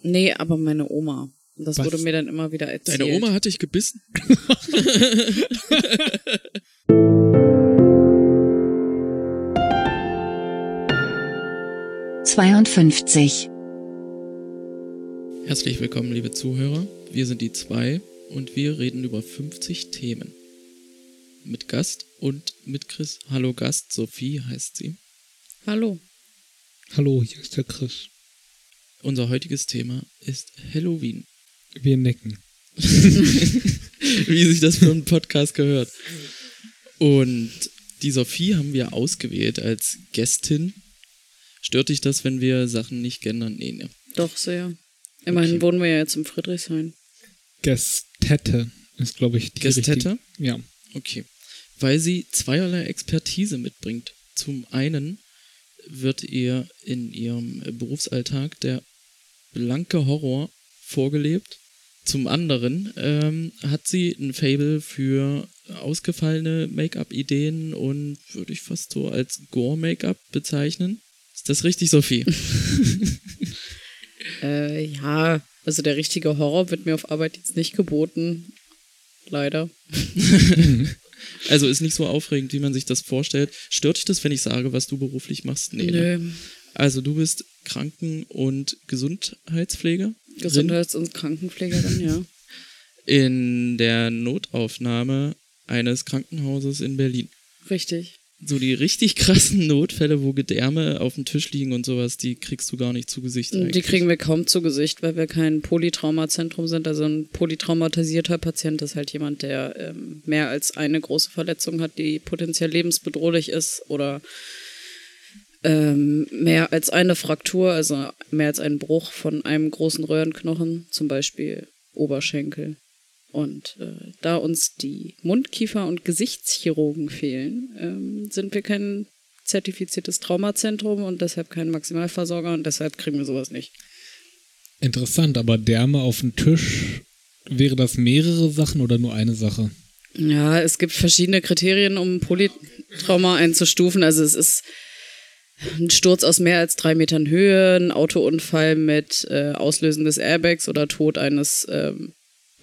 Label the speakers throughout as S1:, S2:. S1: Nee, aber meine Oma. Und das
S2: Was?
S1: wurde mir dann immer wieder erzählt.
S3: Deine Oma hat dich gebissen?
S4: zweiundfünfzig,
S3: Herzlich willkommen, liebe Zuhörer. Wir sind die zwei und wir reden über 50 Themen. Mit Gast und mit Chris. Hallo Gast, Sophie heißt sie.
S1: Hallo.
S2: Hallo, hier ist der Chris.
S3: Unser heutiges Thema ist Halloween.
S2: Wir necken.
S3: Wie sich das für einen Podcast gehört. Und die Sophie haben wir ausgewählt als Gästin. Stört dich das, wenn wir Sachen nicht gendern? Nee, ne.
S1: Doch, sehr. Immerhin
S3: Okay.
S1: wohnen wir ja jetzt im Friedrichshain.
S2: Gästette ist, glaube ich, die
S3: Gästette?
S2: richtige- Ja.
S3: Okay. Weil sie zweierlei Expertise mitbringt. Zum einen wird ihr in ihrem Berufsalltag der blanke Horror vorgelebt. Zum anderen ähm, hat sie ein Fable für ausgefallene Make-up-Ideen und würde ich fast so als Gore-Make-up bezeichnen. Ist das richtig, Sophie?
S1: Äh, ja, also der richtige Horror wird mir auf Arbeit jetzt nicht geboten. Leider.
S3: also ist nicht so aufregend, wie man sich das vorstellt. Stört dich das, wenn ich sage, was du beruflich machst? Nee. Ne?
S1: Nö.
S3: Also du bist Kranken- und Gesundheitspfleger
S1: Gesundheits- und Krankenpflegerin, ja.
S3: in der Notaufnahme eines Krankenhauses in Berlin.
S1: Richtig.
S3: So die richtig krassen Notfälle, wo Gedärme auf dem Tisch liegen und sowas, die kriegst du gar nicht zu Gesicht.
S1: Die
S3: eigentlich.
S1: kriegen wir kaum zu Gesicht, weil wir kein Polytraumazentrum sind. Also ein polytraumatisierter Patient ist halt jemand, der ähm, mehr als eine große Verletzung hat, die potenziell lebensbedrohlich ist oder ähm, mehr als eine Fraktur, also mehr als einen Bruch von einem großen Röhrenknochen, zum Beispiel Oberschenkel. Und äh, da uns die Mundkiefer- und Gesichtschirurgen fehlen, ähm, sind wir kein zertifiziertes Traumazentrum und deshalb kein Maximalversorger und deshalb kriegen wir sowas nicht.
S2: Interessant, aber Därme auf dem Tisch, wäre das mehrere Sachen oder nur eine Sache?
S1: Ja, es gibt verschiedene Kriterien, um Polytrauma einzustufen. Also es ist ein Sturz aus mehr als drei Metern Höhe, ein Autounfall mit äh, Auslösen des Airbags oder Tod eines ähm,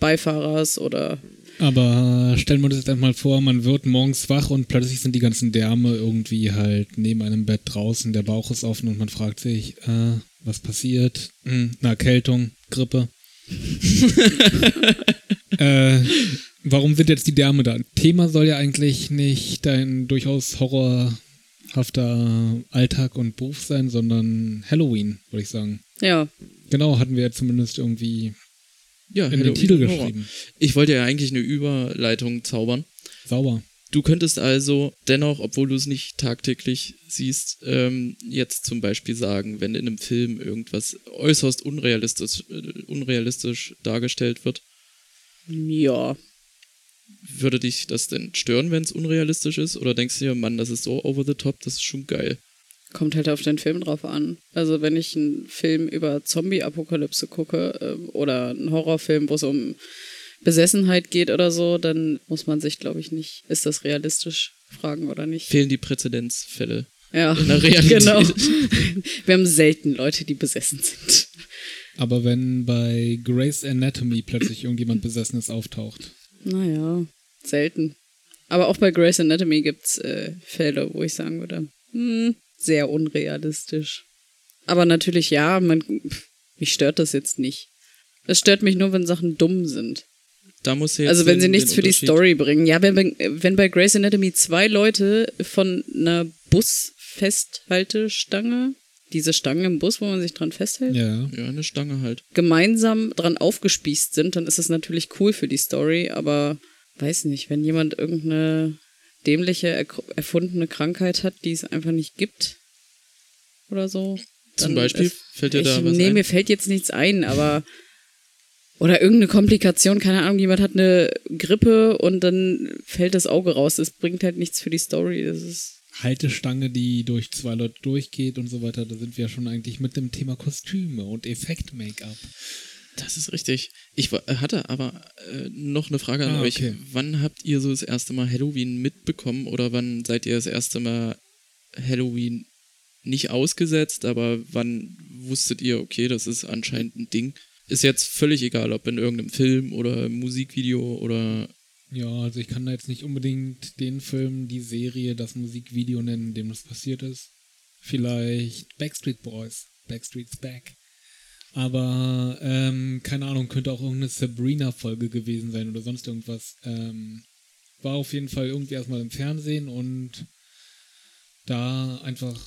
S1: Beifahrers oder
S2: Aber äh, stellen wir uns jetzt einmal vor, man wird morgens wach und plötzlich sind die ganzen Därme irgendwie halt neben einem Bett draußen, der Bauch ist offen und man fragt sich, äh, was passiert? Hm, eine Erkältung, Grippe. äh, warum sind jetzt die Därme da? Thema soll ja eigentlich nicht dein durchaus horrorhafter Alltag und Beruf sein, sondern Halloween, würde ich sagen.
S1: ja,
S2: Genau, hatten wir ja zumindest irgendwie
S3: ja,
S2: in den
S3: Halloween
S2: Titel
S3: Horror.
S2: geschrieben.
S3: Ich wollte ja eigentlich eine Überleitung zaubern.
S2: Sauber.
S3: Du könntest also dennoch, obwohl du es nicht tagtäglich siehst, ähm, jetzt zum Beispiel sagen, wenn in einem Film irgendwas äußerst unrealistisch, äh, unrealistisch dargestellt wird,
S1: ja.
S3: würde dich das denn stören, wenn es unrealistisch ist? Oder denkst du dir, Mann, das ist so over the top, das ist schon geil?
S1: Kommt halt auf den Film drauf an. Also wenn ich einen Film über Zombie-Apokalypse gucke ähm, oder einen Horrorfilm, wo es um Besessenheit geht oder so, dann muss man sich, glaube ich, nicht, ist das realistisch, fragen oder nicht.
S3: Fehlen die Präzedenzfälle.
S1: Ja,
S3: in der Realität.
S1: genau. Wir haben selten Leute, die besessen sind.
S2: Aber wenn bei Grey's Anatomy plötzlich irgendjemand Besessenes auftaucht.
S1: Naja, selten. Aber auch bei Grey's Anatomy gibt's äh, Felder, wo ich sagen würde, hm, sehr unrealistisch. Aber natürlich, ja, man, pff, mich stört das jetzt nicht. Es stört mich nur, wenn Sachen dumm sind.
S3: Da muss ja jetzt
S1: Also wenn sie
S3: den-
S1: nichts
S3: den
S1: für die
S3: Unterschied-
S1: Story bringen. Ja, wenn, wenn- wenn bei Grey's Anatomy zwei Leute von einer Busfesthaltestange, diese Stange im Bus, wo man sich dran festhält,
S2: Ja.
S3: Ja, eine Stange halt.
S1: gemeinsam dran aufgespießt sind, dann ist es natürlich cool für die Story, aber weiß nicht, wenn jemand irgendeine dämliche, er erfundene Krankheit hat, die es einfach nicht gibt oder so. dann
S3: Zum Beispiel?
S1: ist-
S3: Fällt dir
S1: ich,
S3: da was
S1: Nee,
S3: ein?
S1: mir fällt jetzt nichts ein, aber oder irgendeine Komplikation, keine Ahnung, jemand hat eine Grippe und dann fällt das Auge raus. Das bringt halt nichts für die Story. Das ist
S2: Haltestange, die durch zwei Leute durchgeht und so weiter. Da sind wir ja schon eigentlich mit dem Thema Kostüme und Effekt-Make-up.
S3: Das ist richtig. Ich wa- hatte aber äh, noch eine Frage an
S2: Ah,
S3: euch.
S2: okay.
S3: Wann habt ihr so das erste Mal Halloween mitbekommen oder wann seid ihr das erste Mal Halloween nicht ausgesetzt, aber wann wusstet ihr, okay, das ist anscheinend ein Ding. Ist jetzt völlig egal, ob in irgendeinem Film oder im Musikvideo oder
S2: Ja, also ich kann da jetzt nicht unbedingt den Film, die Serie, das Musikvideo nennen, in dem das passiert ist. Vielleicht Backstreet Boys, Backstreet's Back. Aber, ähm, keine Ahnung, könnte auch irgendeine Sabrina-Folge gewesen sein oder sonst irgendwas. Ähm, war auf jeden Fall irgendwie erstmal im Fernsehen und da einfach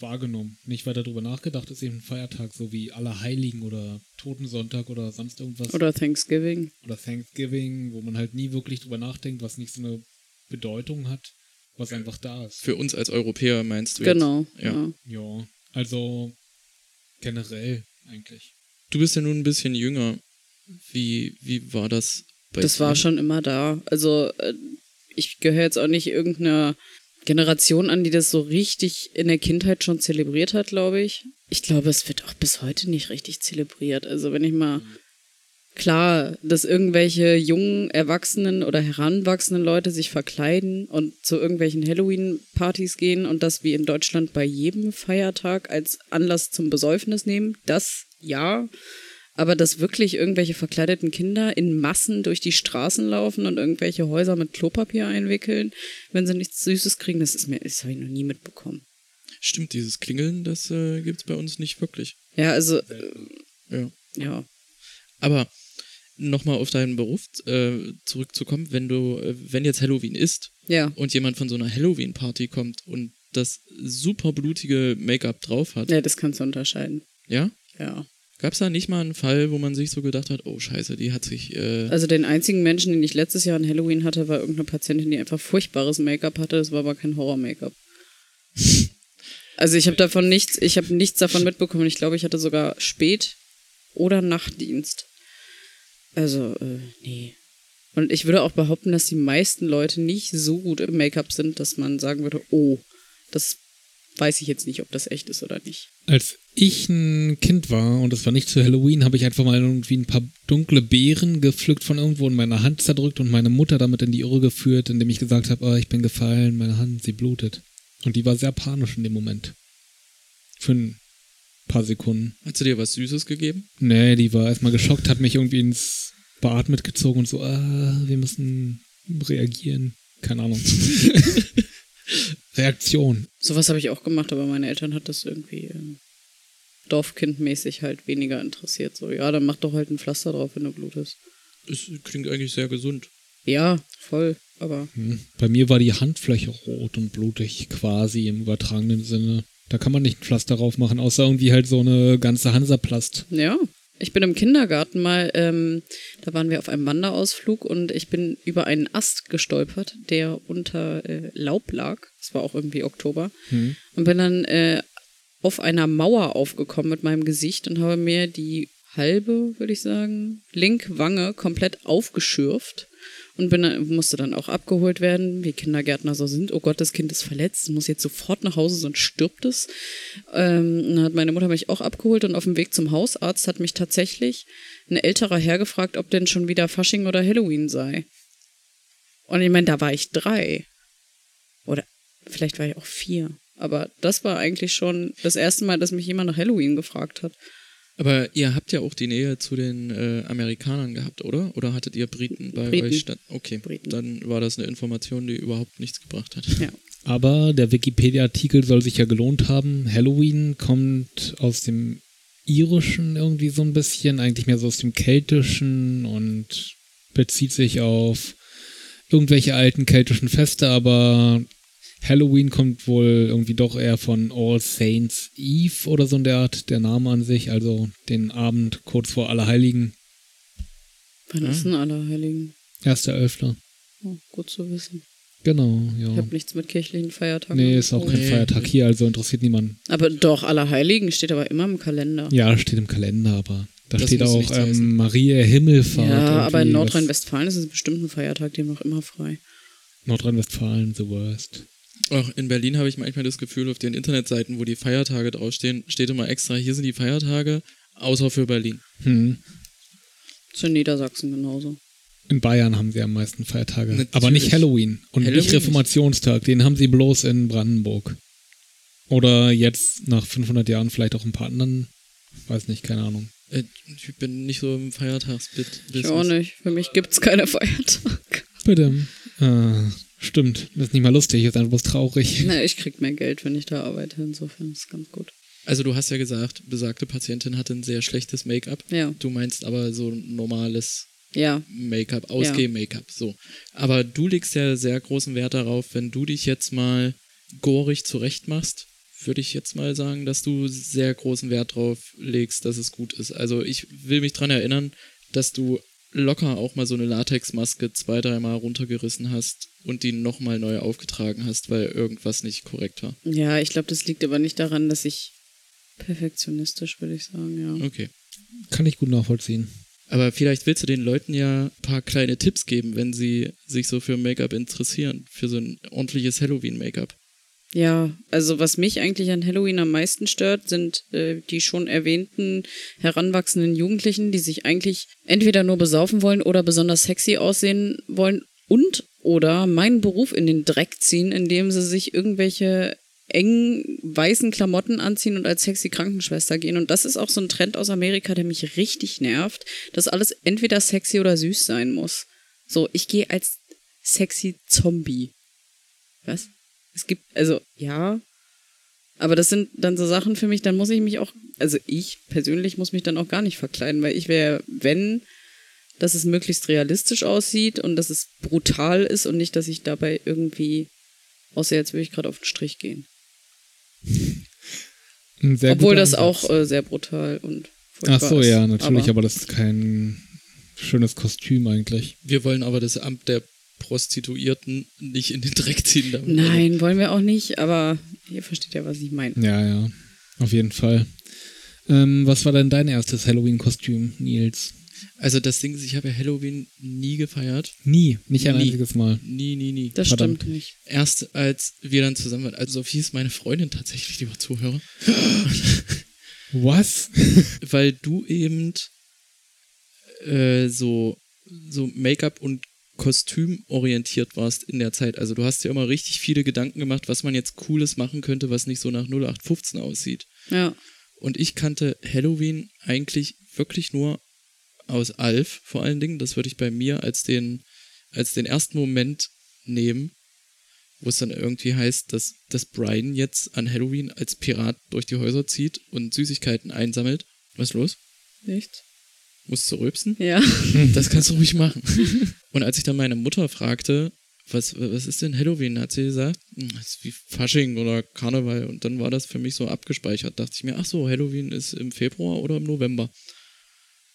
S2: wahrgenommen. Nicht weiter drüber nachgedacht, ist eben ein Feiertag, so wie Allerheiligen oder Totensonntag oder sonst irgendwas
S1: Oder Thanksgiving.
S2: oder Thanksgiving, wo man halt nie wirklich drüber nachdenkt, was nicht so eine Bedeutung hat, was einfach da ist.
S3: für uns als Europäer meinst du
S1: Genau.
S3: Jetzt?
S1: Ja.
S3: Ja.
S2: Ja, also generell eigentlich.
S3: Du bist ja nun ein bisschen jünger. Wie, wie war das bei
S1: Das
S3: dir?
S1: war schon immer da. Also äh, ich gehöre jetzt auch nicht irgendeiner Generation an, die das so richtig in der Kindheit schon zelebriert hat, glaube ich. Ich glaube, es wird auch bis heute nicht richtig zelebriert. Also wenn ich mal
S3: Mhm.
S1: klar, dass irgendwelche jungen Erwachsenen oder heranwachsenden Leute sich verkleiden und zu irgendwelchen Halloween-Partys gehen und das wie in Deutschland bei jedem Feiertag als Anlass zum Besäufnis nehmen, das ja. Aber dass wirklich irgendwelche verkleideten Kinder in Massen durch die Straßen laufen und irgendwelche Häuser mit Klopapier einwickeln, wenn sie nichts Süßes kriegen, das ist mir, das habe ich noch nie mitbekommen.
S3: Stimmt, dieses Klingeln, das äh, gibt's bei uns nicht wirklich.
S1: Ja, also, äh,
S3: Ja.
S1: ja.
S3: Aber nochmal auf deinen Beruf äh, zurückzukommen, wenn du, äh, wenn jetzt Halloween ist
S1: Ja.
S3: und jemand von so einer Halloween-Party kommt und das super blutige Make-up drauf hat, ja?
S1: Ja, das kannst du unterscheiden. Ja.
S3: Gab's da nicht mal einen Fall, wo man sich so gedacht hat, oh scheiße, die hat sich, äh,
S1: Also den einzigen Menschen, den ich letztes Jahr an Halloween hatte, war irgendeine Patientin, die einfach furchtbares Make-up hatte. Das war aber kein Horror-Make-up. Also ich habe davon nichts, ich habe nichts davon mitbekommen. Ich glaube, ich hatte sogar Spät- oder Nachtdienst. Also, äh, nee. Und ich würde auch behaupten, dass die meisten Leute nicht so gut im Make-up sind, dass man sagen würde, oh, das weiß ich jetzt nicht, ob das echt ist oder nicht.
S2: Als ich ein Kind war und das war nicht zu Halloween, habe ich einfach mal irgendwie ein paar dunkle Beeren gepflückt von irgendwo in meiner Hand zerdrückt und meine Mutter damit in die Irre geführt, indem ich gesagt habe, ah, ich bin gefallen, meine Hand, sie blutet. Und die war sehr panisch in dem Moment. Für ein paar Sekunden.
S3: hat sie dir was Süßes gegeben?
S2: Nee, die war erstmal geschockt, hat mich irgendwie ins Bad mitgezogen und so, ah, wir müssen reagieren. Keine Ahnung. Reaktion.
S1: Sowas habe ich auch gemacht, aber meine Eltern hat das irgendwie ähm, Dorfkindmäßig halt weniger interessiert. So, ja, dann mach doch halt ein Pflaster drauf, wenn du blutest.
S3: Es klingt eigentlich sehr gesund.
S1: Ja, voll, aber
S2: Hm. Bei mir war die Handfläche rot und blutig, quasi im übertragenen Sinne. Da kann man nicht ein Pflaster drauf machen, außer irgendwie halt so eine ganze Hansaplast.
S1: ja. Ich bin im Kindergarten mal, ähm, da waren wir auf einem Wanderausflug und ich bin über einen Ast gestolpert, der unter äh, Laub lag. Es war auch irgendwie Oktober. Und bin dann äh, auf einer Mauer aufgekommen mit meinem Gesicht und habe mir die halbe, würde ich sagen, linke Wange komplett aufgeschürft und bin dann, musste dann auch abgeholt werden, wie Kindergärtner so sind. Oh Gott, das Kind ist verletzt, muss jetzt sofort nach Hause, sonst stirbt es. Ähm, und dann hat meine Mutter mich auch abgeholt und auf dem Weg zum Hausarzt hat mich tatsächlich ein älterer Herr gefragt, ob denn schon wieder Fasching oder Halloween sei. Und ich meine, da war ich drei. Oder vielleicht war ich auch vier. Aber das war eigentlich schon das erste Mal, dass mich jemand nach Halloween gefragt hat.
S3: Aber ihr habt ja auch die Nähe zu den äh, Amerikanern gehabt, oder? Oder hattet ihr Briten bei
S1: Briten.
S3: euch statt? Okay,
S1: Briten.
S3: dann war das eine Information, die überhaupt nichts gebracht hat.
S1: Ja.
S2: Aber der Wikipedia-Artikel soll sich ja gelohnt haben. Halloween kommt aus dem Irischen irgendwie so ein bisschen, eigentlich mehr so aus dem Keltischen und bezieht sich auf irgendwelche alten keltischen Feste, aber Halloween kommt wohl irgendwie doch eher von All Saints Eve oder so in der Art, der Name an sich, also den Abend kurz vor Allerheiligen,
S1: Wann ist denn Allerheiligen?
S2: 1.11.
S1: Oh, gut zu wissen.
S2: Genau, ja.
S1: Ich habe nichts mit kirchlichen Feiertagen.
S2: Nee, ist auch kein
S3: Nee.
S2: Feiertag hier, also interessiert niemanden.
S1: Aber doch, Allerheiligen steht aber immer im Kalender.
S2: Ja, steht im Kalender, aber da
S3: Das
S2: steht
S3: muss
S2: auch
S3: nichts heißen.
S2: ähm, Maria Himmelfahrt.
S1: Ja,
S2: halt irgendwie,
S1: aber in
S2: was-
S1: Nordrhein-Westfalen ist es bestimmt ein Feiertag, dem noch immer frei.
S2: Nordrhein-Westfalen, the worst.
S3: Auch in Berlin habe ich manchmal das Gefühl, auf den Internetseiten, wo die Feiertage draufstehen, steht immer extra, hier sind die Feiertage, außer für Berlin.
S2: Hm.
S1: Zu Niedersachsen genauso.
S2: In Bayern haben sie am meisten Feiertage.
S3: Natürlich.
S2: Aber nicht Halloween und
S3: Halloween
S2: nicht
S3: nicht.
S2: Reformationstag. Den haben sie bloß in Brandenburg. Oder jetzt nach 500 Jahren vielleicht auch in ein paar anderen Weiß nicht, keine Ahnung.
S3: Äh, ich bin nicht so im Feiertagsbit.
S1: Ich auch nicht. Für mich gibt's keine Feiertag.
S2: Bitte. Äh, stimmt. Das ist nicht mal lustig, ist einfach bloß traurig.
S1: Na, ich krieg mehr Geld, wenn ich da arbeite. Insofern ist ganz gut.
S3: Also du hast ja gesagt, besagte Patientin hatte ein sehr schlechtes Make-up.
S1: Ja.
S3: Du meinst aber so ein normales
S1: Ja.
S3: Make-up, Ausgeh-Make-up, so. Aber du legst ja sehr großen Wert darauf, wenn du dich jetzt mal gorig zurecht machst, würde ich jetzt mal sagen, dass du sehr großen Wert drauf legst, dass es gut ist. Also ich will mich dran erinnern, dass du locker auch mal so eine Latexmaske zwei, dreimal runtergerissen hast und die nochmal neu aufgetragen hast, weil irgendwas nicht korrekt war.
S1: Ja, ich glaube, das liegt aber nicht daran, dass ich perfektionistisch, würde ich sagen, ja.
S3: Okay.
S2: Kann ich gut nachvollziehen.
S3: Aber vielleicht willst du den Leuten ja ein paar kleine Tipps geben, wenn sie sich so für Make-up interessieren, für so ein ordentliches Halloween-Make-up.
S1: Ja, also was mich eigentlich an Halloween am meisten stört, sind äh, die schon erwähnten heranwachsenden Jugendlichen, die sich eigentlich entweder nur besaufen wollen oder besonders sexy aussehen wollen und oder meinen Beruf in den Dreck ziehen, indem sie sich irgendwelche engen weißen Klamotten anziehen und als sexy Krankenschwester gehen. Und das ist auch so ein Trend aus Amerika, der mich richtig nervt, dass alles entweder sexy oder süß sein muss. So, ich gehe als sexy Zombie. Was? Es gibt, also, ja. Aber das sind dann so Sachen für mich, dann muss ich mich auch, also ich persönlich muss mich dann auch gar nicht verkleiden, weil ich wäre, wenn, dass es möglichst realistisch aussieht und dass es brutal ist und nicht, dass ich dabei irgendwie, außer jetzt will ich gerade auf den Strich gehen.
S2: Ein sehr
S1: Obwohl
S2: guter
S1: das
S2: Ansatz.
S1: auch äh, sehr brutal und
S2: Ach
S1: furchtbar
S2: so,
S1: ist.
S2: ja, natürlich,
S1: Aber,
S2: aber das ist kein schönes Kostüm eigentlich.
S3: Wir wollen aber das Amt der Prostituierten nicht in den Dreck ziehen. Damit.
S1: nein, wollen wir auch nicht, aber ihr versteht ja, was ich meine.
S2: Ja, ja, auf jeden Fall. Ähm, was war denn dein erstes Halloween-Kostüm, Nils?
S3: Also das Ding ist, ich habe ja Halloween nie gefeiert.
S2: Nie, nicht ein
S3: Nie.
S2: einziges Mal.
S3: Nie, nie, nie.
S1: Das
S2: Verdammt.
S1: stimmt nicht.
S3: Erst als wir dann zusammen waren, also Sophie ist meine Freundin tatsächlich, lieber Zuhörer,
S2: Was?
S3: weil du eben äh, so, so Make-up und Kostüm orientiert warst in der Zeit. Also du hast dir immer richtig viele Gedanken gemacht, was man jetzt Cooles machen könnte, was nicht so nach 0815 aussieht.
S1: Ja.
S3: Und ich kannte Halloween eigentlich wirklich nur aus Alf vor allen Dingen. Das würde ich bei mir als den, als den ersten Moment nehmen, wo es dann irgendwie heißt, dass, dass Brian jetzt an Halloween als Pirat durch die Häuser zieht und Süßigkeiten einsammelt. Was ist los?
S1: Nichts?
S3: Musst du rülpsen?
S1: Ja.
S2: Mhm.
S3: Das kannst du ruhig machen. Und als ich dann meine Mutter fragte, was, was ist denn Halloween, hat sie gesagt, "Hm, das ist wie Fasching oder Karneval. Und dann war das für mich so abgespeichert. Dachte ich mir, ach so, Halloween ist im Februar oder im November.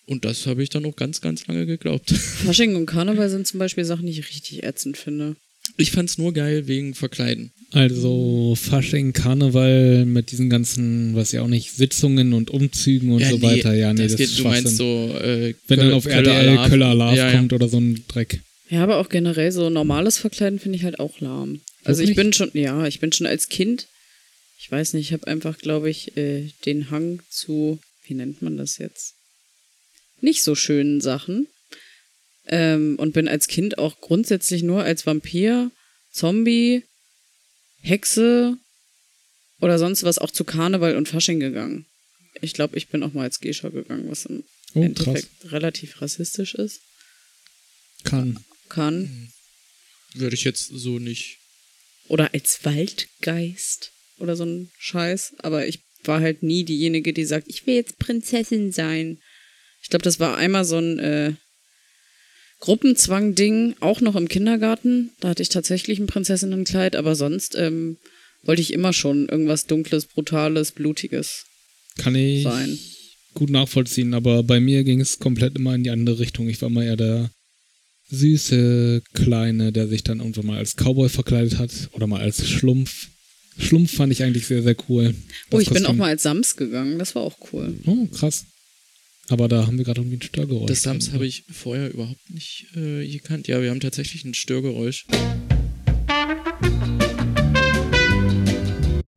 S3: Und das habe ich dann auch ganz, ganz lange geglaubt.
S1: Fasching und Karneval sind zum Beispiel Sachen, die ich richtig ätzend finde.
S3: Ich fand es nur geil wegen Verkleiden.
S2: Also Fasching, Karneval mit diesen ganzen, weiß ich auch nicht, Sitzungen und Umzügen und so weiter. Ja, nee, das,
S3: geht,
S2: ist
S3: du
S2: Schwachsinn.
S3: meinst so, äh,
S2: Wenn dann
S3: Kölle-
S2: auf RTL
S3: Alarv.
S2: Köller Alarv
S3: ja,
S2: kommt oder so ein Dreck.
S1: Ja, aber auch generell so normales Verkleiden finde ich halt auch lahm. Also ich
S2: Wirklich?
S1: bin schon, ja, ich bin schon als Kind, ich weiß nicht, ich habe einfach, glaube ich, äh, den Hang zu, wie nennt man das jetzt? Nicht so schönen Sachen. Ähm, und bin als Kind auch grundsätzlich nur als Vampir, Zombie, Hexe oder sonst was auch zu Karneval und Fasching gegangen. Ich glaube, ich bin auch mal als Gescher gegangen, was im
S2: Oh,
S1: Endeffekt relativ rassistisch ist.
S2: Kann.
S1: Kann.
S3: Ja. Würde ich jetzt so nicht.
S1: oder als Waldgeist oder so ein Scheiß. Aber ich war halt nie diejenige, die sagt, ich will jetzt Prinzessin sein. Ich glaube, das war einmal so ein äh, Gruppenzwang-Ding, auch noch im Kindergarten. Da hatte ich tatsächlich ein Prinzessinnenkleid, aber sonst ähm, wollte ich immer schon irgendwas Dunkles, Brutales, Blutiges.
S2: Kann ich
S1: Sein.
S2: gut nachvollziehen, aber bei mir ging es komplett immer in die andere Richtung. Ich war mal eher der süße Kleine, der sich dann irgendwann mal als Cowboy verkleidet hat oder mal als Schlumpf. Schlumpf fand ich eigentlich sehr, sehr cool.
S1: Oh,
S2: Das
S1: ich bin auch
S2: Kostüm.
S1: mal als Sams gegangen, das war auch cool.
S2: Oh, krass. Aber da haben wir gerade irgendwie ein Störgeräusch.
S3: Das Sams habe ich vorher überhaupt nicht äh, gekannt. Ja, wir haben tatsächlich ein Störgeräusch.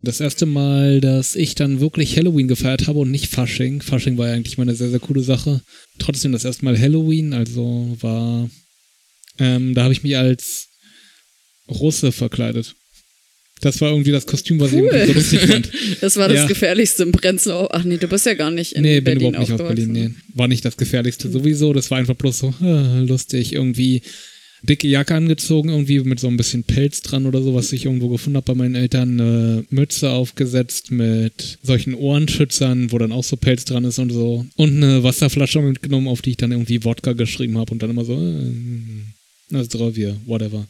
S2: Das erste Mal, dass ich dann wirklich Halloween gefeiert habe und nicht Fasching. Fasching war ja eigentlich mal eine sehr, sehr coole Sache. Trotzdem das erste Mal Halloween, also war. Ähm, da habe ich mich als Russe verkleidet. Das war irgendwie das Kostüm, was
S1: Cool.
S2: ich irgendwie so lustig fand.
S1: Das war das
S2: Ja.
S1: Gefährlichste im Prenzlau. Ach nee, du bist ja gar nicht in
S2: nee, bin
S1: Berlin
S2: überhaupt nicht aus Berlin.
S1: aufgewachsen. Hm.
S2: Nee. War nicht das Gefährlichste sowieso. Das war einfach bloß so äh, lustig. Irgendwie dicke Jacke angezogen, irgendwie mit so ein bisschen Pelz dran oder so, was ich irgendwo gefunden habe bei meinen Eltern. Eine Mütze aufgesetzt mit solchen Ohrenschützern, wo dann auch so Pelz dran ist und so. Und eine Wasserflasche mitgenommen, auf die ich dann irgendwie Wodka geschrieben habe und dann immer so, äh, na, Zdrowie, whatever.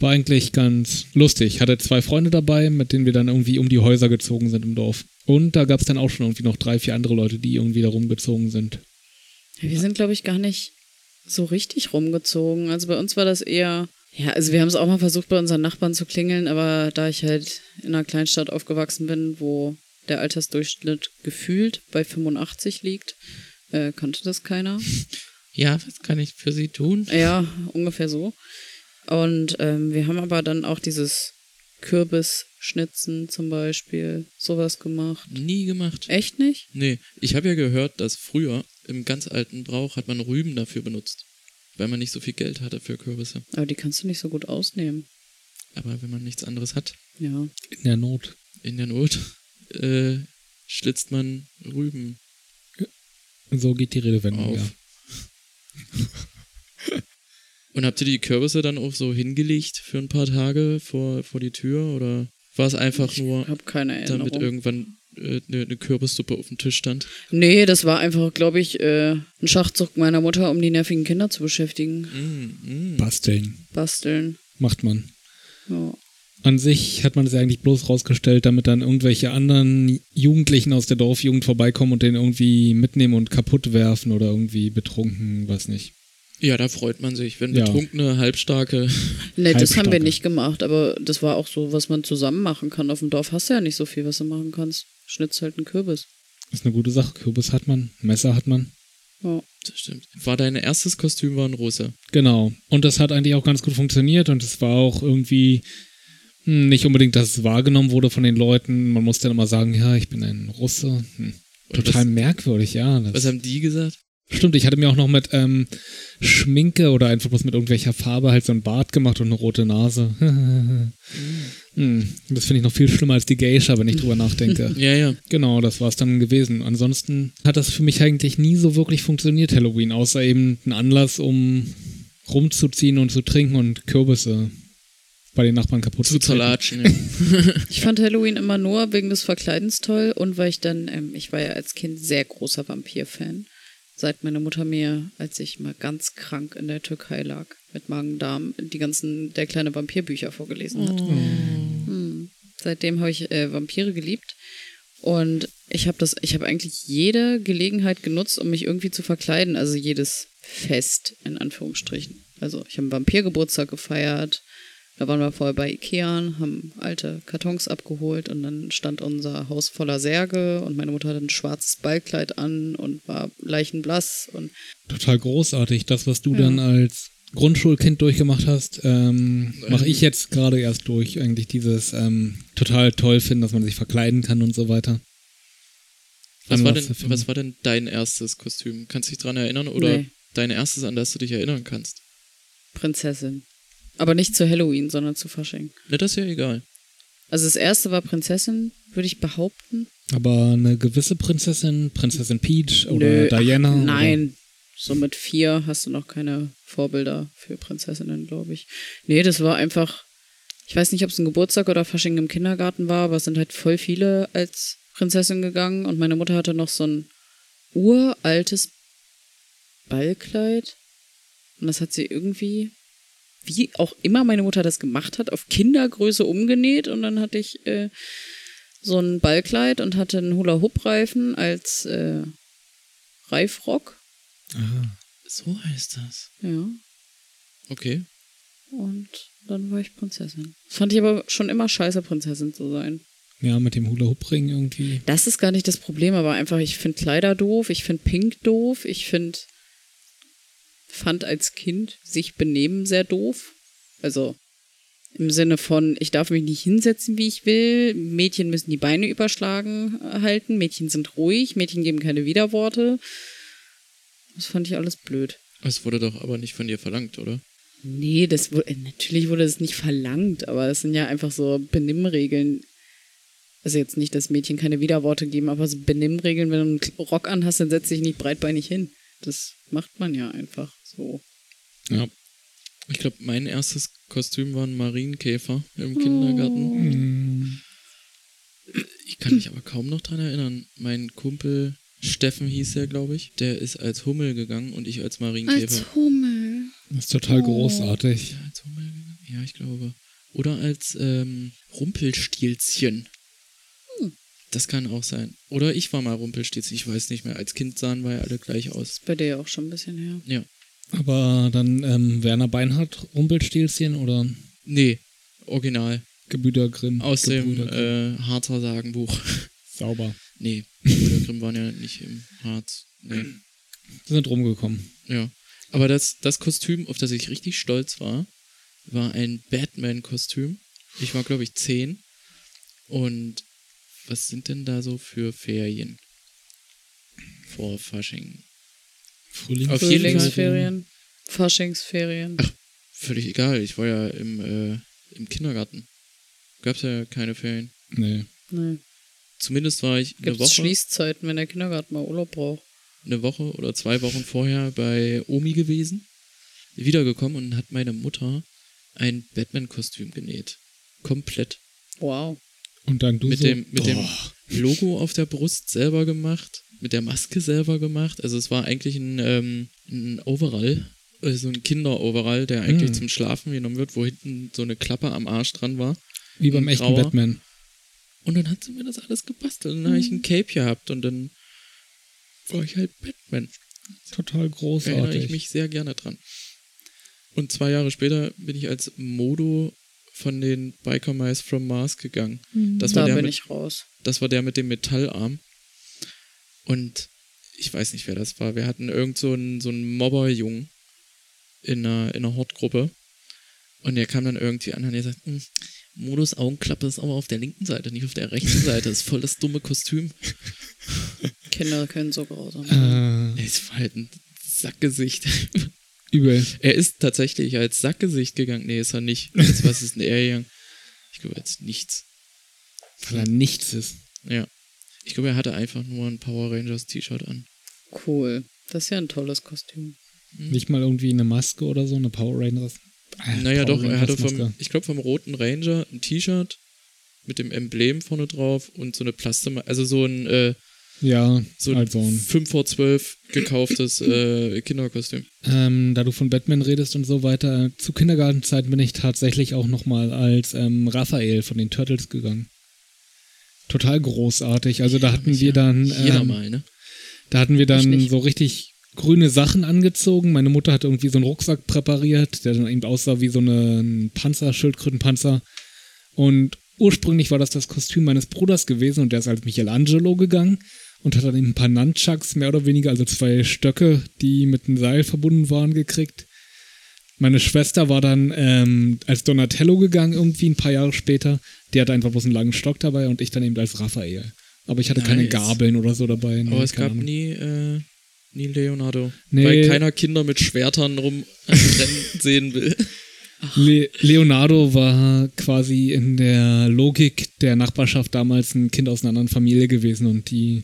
S2: War eigentlich ganz lustig. Hatte zwei Freunde dabei, mit denen wir dann irgendwie um die Häuser gezogen sind im Dorf. Und da gab es dann auch schon irgendwie noch drei, vier andere Leute, die irgendwie da rumgezogen sind.
S1: Wir sind, glaube ich, gar nicht so richtig rumgezogen. Also bei uns war das eher. Ja, also wir haben es auch mal versucht, bei unseren Nachbarn zu klingeln, aber da ich halt in einer Kleinstadt aufgewachsen bin, wo der Altersdurchschnitt gefühlt bei 85 liegt, äh, kannte das keiner.
S3: Ja, was kann ich für sie tun?
S1: Ja, ungefähr so. Und ähm, wir haben aber dann auch dieses Kürbisschnitzen zum Beispiel, sowas gemacht.
S3: Nie gemacht.
S1: Echt nicht?
S3: Nee, ich habe ja gehört, dass früher im ganz alten Brauch hat man Rüben dafür benutzt, weil man nicht so viel Geld hatte für Kürbisse.
S1: Aber die kannst du nicht so gut ausnehmen.
S3: Aber wenn man nichts anderes hat
S1: Ja.
S2: In der Not.
S3: in der Not, äh, schlitzt man Rüben
S2: So geht die Redewendung,
S3: auf.
S2: ja.
S3: Und habt ihr die Kürbisse dann auch so hingelegt für ein paar Tage vor, vor die Tür oder war es einfach nur,
S1: Ich habe keine Erinnerung.
S3: damit irgendwann äh, eine eine Kürbissuppe auf dem Tisch stand?
S1: Nee, das war einfach, glaube ich, äh, ein Schachzug meiner Mutter, um die nervigen Kinder zu beschäftigen.
S3: Mm, mm.
S2: Basteln.
S1: Basteln.
S2: Macht man.
S1: Ja.
S2: An sich hat man es ja eigentlich bloß rausgestellt, damit dann irgendwelche anderen Jugendlichen aus der Dorfjugend vorbeikommen und den irgendwie mitnehmen und kaputt werfen oder irgendwie betrunken, weiß nicht.
S3: Ja, da freut man sich, wenn
S2: Ja.
S3: betrunkene, halbstarke
S1: Nee, das haben wir
S2: Halbstarke.
S1: nicht gemacht, aber das war auch so, was man zusammen machen kann. Auf dem Dorf hast du ja nicht so viel, was du machen kannst. Schnitzt halt einen Kürbis.
S2: Ist eine gute Sache. Kürbis hat man, Messer hat man.
S1: Ja.
S3: Das stimmt. War dein erstes Kostüm war ein rosa.
S2: Genau. Und das hat eigentlich auch ganz gut funktioniert und es war auch irgendwie hm, nicht unbedingt, dass es wahrgenommen wurde von den Leuten. Man musste dann immer sagen, ja, ich bin ein Russe. Hm.
S3: Und
S2: Total
S3: was-
S2: merkwürdig, ja. Das
S3: Was haben die gesagt?
S2: stimmt, ich hatte mir auch noch mit ähm, Schminke oder einfach bloß mit irgendwelcher Farbe halt so einen Bart gemacht und eine rote Nase. hm. Das finde ich noch viel schlimmer als die Geisha, wenn ich drüber nachdenke.
S3: Ja, ja.
S2: Genau, das war es dann gewesen. Ansonsten hat das für mich eigentlich nie so wirklich funktioniert, Halloween, außer eben ein Anlass, um rumzuziehen und zu trinken und Kürbisse bei den Nachbarn kaputt
S3: Zu
S2: treten.
S3: zerlatschen. Ja.
S1: Ich fand Halloween immer nur wegen des Verkleidens toll und weil ich dann, ähm, ich war ja als Kind sehr großer Vampir-Fan. Seit meine Mutter mir, als ich mal ganz krank in der Türkei lag, mit Magen-Darm, die ganzen der kleine Vampirbücher vorgelesen hat. Hm. Seitdem habe ich äh, Vampire geliebt. Und ich habe das, ich habe eigentlich jede Gelegenheit genutzt, um mich irgendwie zu verkleiden. Also jedes Fest, in Anführungsstrichen. Also ich habe einen Vampirgeburtstag gefeiert. Da waren wir vorher bei Ikea, und haben alte Kartons abgeholt und dann stand unser Haus voller Särge und meine Mutter hatte ein schwarzes Ballkleid an und war leichenblass und
S2: Total großartig. Das, was du dann als Grundschulkind durchgemacht hast, ähm, mache ich jetzt gerade erst durch. Eigentlich dieses ähm, total toll finden, dass man sich verkleiden kann und so weiter.
S3: Was,
S2: Dann
S3: war
S2: war's
S3: denn,
S2: der Film.
S3: was war denn dein erstes Kostüm? Kannst du dich dran erinnern? Oder
S1: Nee.
S3: dein erstes, an das du dich erinnern kannst?
S1: Prinzessin. Aber nicht zu Halloween, sondern zu Fasching.
S3: Ne, das ist ja egal.
S1: Also das erste war Prinzessin, würde ich behaupten.
S2: Aber eine gewisse Prinzessin, Prinzessin Peach oder
S1: Nö, ach,
S2: Diana. oder-
S1: Nein. So mit vier hast du noch keine Vorbilder für Prinzessinnen, glaube ich. Nee, das war einfach. Ich weiß nicht, ob es ein Geburtstag oder Fasching im Kindergarten war, aber es sind halt voll viele als Prinzessin gegangen und meine Mutter hatte noch so ein uraltes Ballkleid. Und das hat sie irgendwie, wie auch immer meine Mutter das gemacht hat, auf Kindergröße umgenäht und dann hatte ich äh, so ein Ballkleid und hatte einen Hula-Hoop-Reifen als äh, Reifrock.
S3: So heißt das.
S1: Ja,
S3: Okay.
S1: und dann war ich Prinzessin. Das fand ich aber schon immer scheiße, Prinzessin zu sein.
S2: Ja, mit dem Hula-Hoop-Ring irgendwie.
S1: Das ist gar nicht das Problem, aber einfach, ich finde Kleider doof, ich finde Pink doof, ich finde, fand als Kind sich benehmen sehr doof. Also im Sinne von, ich darf mich nicht hinsetzen, wie ich will, Mädchen müssen die Beine überschlagen äh, halten, Mädchen sind ruhig, Mädchen geben keine Widerworte. Das fand ich alles blöd.
S3: Es wurde doch aber nicht von dir verlangt, oder?
S1: Nee, das wurde, natürlich wurde das nicht verlangt, aber das sind ja einfach so Benimmregeln. Also jetzt nicht, dass Mädchen keine Widerworte geben, aber so Benimmregeln, wenn du einen Rock anhast, dann setz dich nicht breitbeinig hin. Das macht man ja einfach so.
S3: Ja. Ich glaube, mein erstes Kostüm war ein Marienkäfer im Kindergarten. Mm.
S2: Mhm.
S3: Ich kann mich aber kaum noch dran erinnern. Mein Kumpel Steffen hieß er, glaube ich. Der ist als Hummel gegangen und ich als Marienkäfer.
S1: Als Hummel.
S2: Das ist total großartig.
S3: Ja, als Hummel gegangen? Ja, ich glaube. Oder als ähm, Rumpelstilzchen.
S2: Hm.
S3: Das kann auch sein. Oder ich war mal Rumpelstilzchen, ich weiß nicht mehr. Als Kind sahen wir ja alle gleich aus.
S1: Ist bei dir ja auch schon ein bisschen her.
S3: Ja.
S2: Aber dann ähm, Werner Beinhardt, Rumpelstilzchen oder
S3: Nee, original.
S2: Gebüder Grimm?
S3: Aus dem
S2: Gebrüder Grimm.
S3: äh, Harzer Sagenbuch.
S2: Sauber.
S3: nee, Brüder Grimm waren ja nicht im Harz. Nee.
S2: Wir sind rumgekommen.
S3: Ja. Aber das, das Kostüm, auf das ich richtig stolz war, war ein Batman-Kostüm. Ich war, glaube ich, zehn. Und was sind denn da so für Ferien? Vor Fasching.
S2: Frühling.
S3: Auf jeden Fall-
S1: Frühlingsferien, Faschingsferien.
S3: Ach, völlig egal. Ich war ja im, äh, im Kindergarten. Gab's ja keine Ferien.
S2: Nee.
S1: Nee.
S3: Zumindest war ich eine
S1: Gibt es
S3: Woche,
S1: Schließzeiten, wenn der Kindergarten mal Urlaub braucht?
S3: eine Woche oder zwei Wochen vorher bei Omi gewesen. Wiedergekommen und hat meine Mutter ein Batman-Kostüm genäht. Komplett.
S1: Wow.
S2: Und dann du
S3: mit
S2: so. Oh,
S3: dem mit
S2: Boah.
S3: dem Logo auf der Brust selber gemacht, mit der Maske selber gemacht. Also es war eigentlich ein, ähm, ein Overall, also ein Kinder-Overall, der eigentlich
S2: Hm.
S3: zum Schlafen genommen wird, wo hinten so eine Klappe am Arsch dran war.
S2: Wie beim
S3: ein
S2: echten
S3: grauer.
S2: Batman.
S3: Und dann hat sie mir das alles gebastelt. Und dann habe ich
S2: Hm.
S3: ein Cape gehabt und dann war ich halt Batman.
S2: Total
S3: erinnere ich
S2: großartig.
S3: mich sehr gerne dran. Und zwei Jahre später bin ich als Modo von den Biker Mice from Mars gegangen.
S2: Hm.
S3: Das war
S1: da
S3: der
S1: bin
S3: mit
S1: ich raus.
S3: Das war der mit dem Metallarm. Und ich weiß nicht, wer das war. Wir hatten irgend so einen, so einen Mobberjungen in einer, in einer Hortgruppe. Und der kam dann irgendwie an und der sagt, "Hm, Modus Augenklappe ist aber auf der linken Seite, nicht auf der rechten Seite. Das ist voll das dumme Kostüm.
S1: Kinder können so grausam sein.
S2: Äh,
S3: Es war halt ein Sackgesicht.
S2: übel.
S3: Er ist tatsächlich als Sackgesicht gegangen. Nee, ist er nicht. Als was ist denn er gegangen? Ich glaube, als nichts.
S2: Weil er nichts ist.
S3: Ja. Ich glaube, er hatte einfach nur ein Power Rangers T-Shirt an.
S1: Cool. Das ist ja ein tolles Kostüm.
S2: Hm. Nicht mal irgendwie eine Maske oder so, eine Power Rangers. Äh,
S3: Naja,
S2: Power
S3: doch, er hatte
S2: Rangers-Maske.
S3: vom, ich glaube, vom Roten Ranger ein T-Shirt mit dem Emblem vorne drauf und so eine Plastema, also so ein, äh,
S2: Ja,
S3: so ein
S2: also.
S3: 5 vor 12 gekauftes äh, Kinderkostüm.
S2: Ähm, da du von Batman redest und so weiter, zu Kindergartenzeiten bin ich tatsächlich auch nochmal als ähm, Raphael von den Turtles gegangen. Total großartig. Also da hatten wir dann,
S3: Jeder
S2: ähm,
S3: mal, ne?
S2: da hatten wir
S1: Ich
S2: dann
S1: nicht.
S2: so richtig grüne Sachen angezogen. Meine Mutter hatte irgendwie so einen Rucksack präpariert, der dann eben aussah wie so eine- ein Panzer, Schildkrötenpanzer. Und ursprünglich war das das Kostüm meines Bruders gewesen und der ist als Michelangelo gegangen und hat dann eben ein paar Nunchucks, mehr oder weniger, also zwei Stöcke, die mit einem Seil verbunden waren, gekriegt. Meine Schwester war dann ähm, als Donatello gegangen, irgendwie ein paar Jahre später. Die hatte einfach bloß einen langen Stock dabei und ich dann eben als Raphael. Aber ich hatte keine
S3: Nice.
S2: Gabeln oder so dabei. nee,
S3: Aber es
S2: keine
S3: gab
S2: Ahnung.
S3: nie, äh, nie Leonardo.
S2: Nee.
S3: Weil keiner Kinder mit Schwertern rumrennen sehen will.
S2: Le Leonardo war quasi in der Logik der Nachbarschaft damals ein Kind aus einer anderen Familie gewesen und die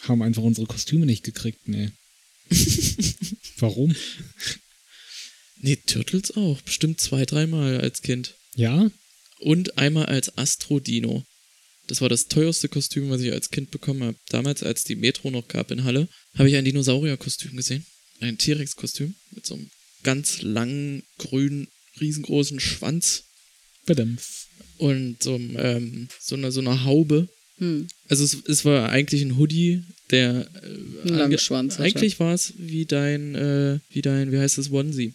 S2: haben einfach unsere Kostüme nicht gekriegt, ne. Warum?
S3: Nee, Turtles auch. Bestimmt zwei, dreimal als Kind.
S2: Ja?
S3: Und einmal als Astrodino. Das war das teuerste Kostüm, was ich als Kind bekommen habe. Damals, als die Metro noch gab in Halle, habe ich ein Dinosaurierkostüm gesehen. Ein T-Rex-Kostüm mit so einem ganz langen, grünen, riesengroßen Schwanz
S2: Verdammt.
S3: und so, einem, ähm, so, einer, so einer Haube.
S1: Hm.
S3: Also es, es war eigentlich ein Hoodie, der äh,
S1: Einen
S3: ange-
S1: langen Schwanz. hat er.
S3: Eigentlich war es wie dein, äh, wie dein, wie heißt das, Onesie.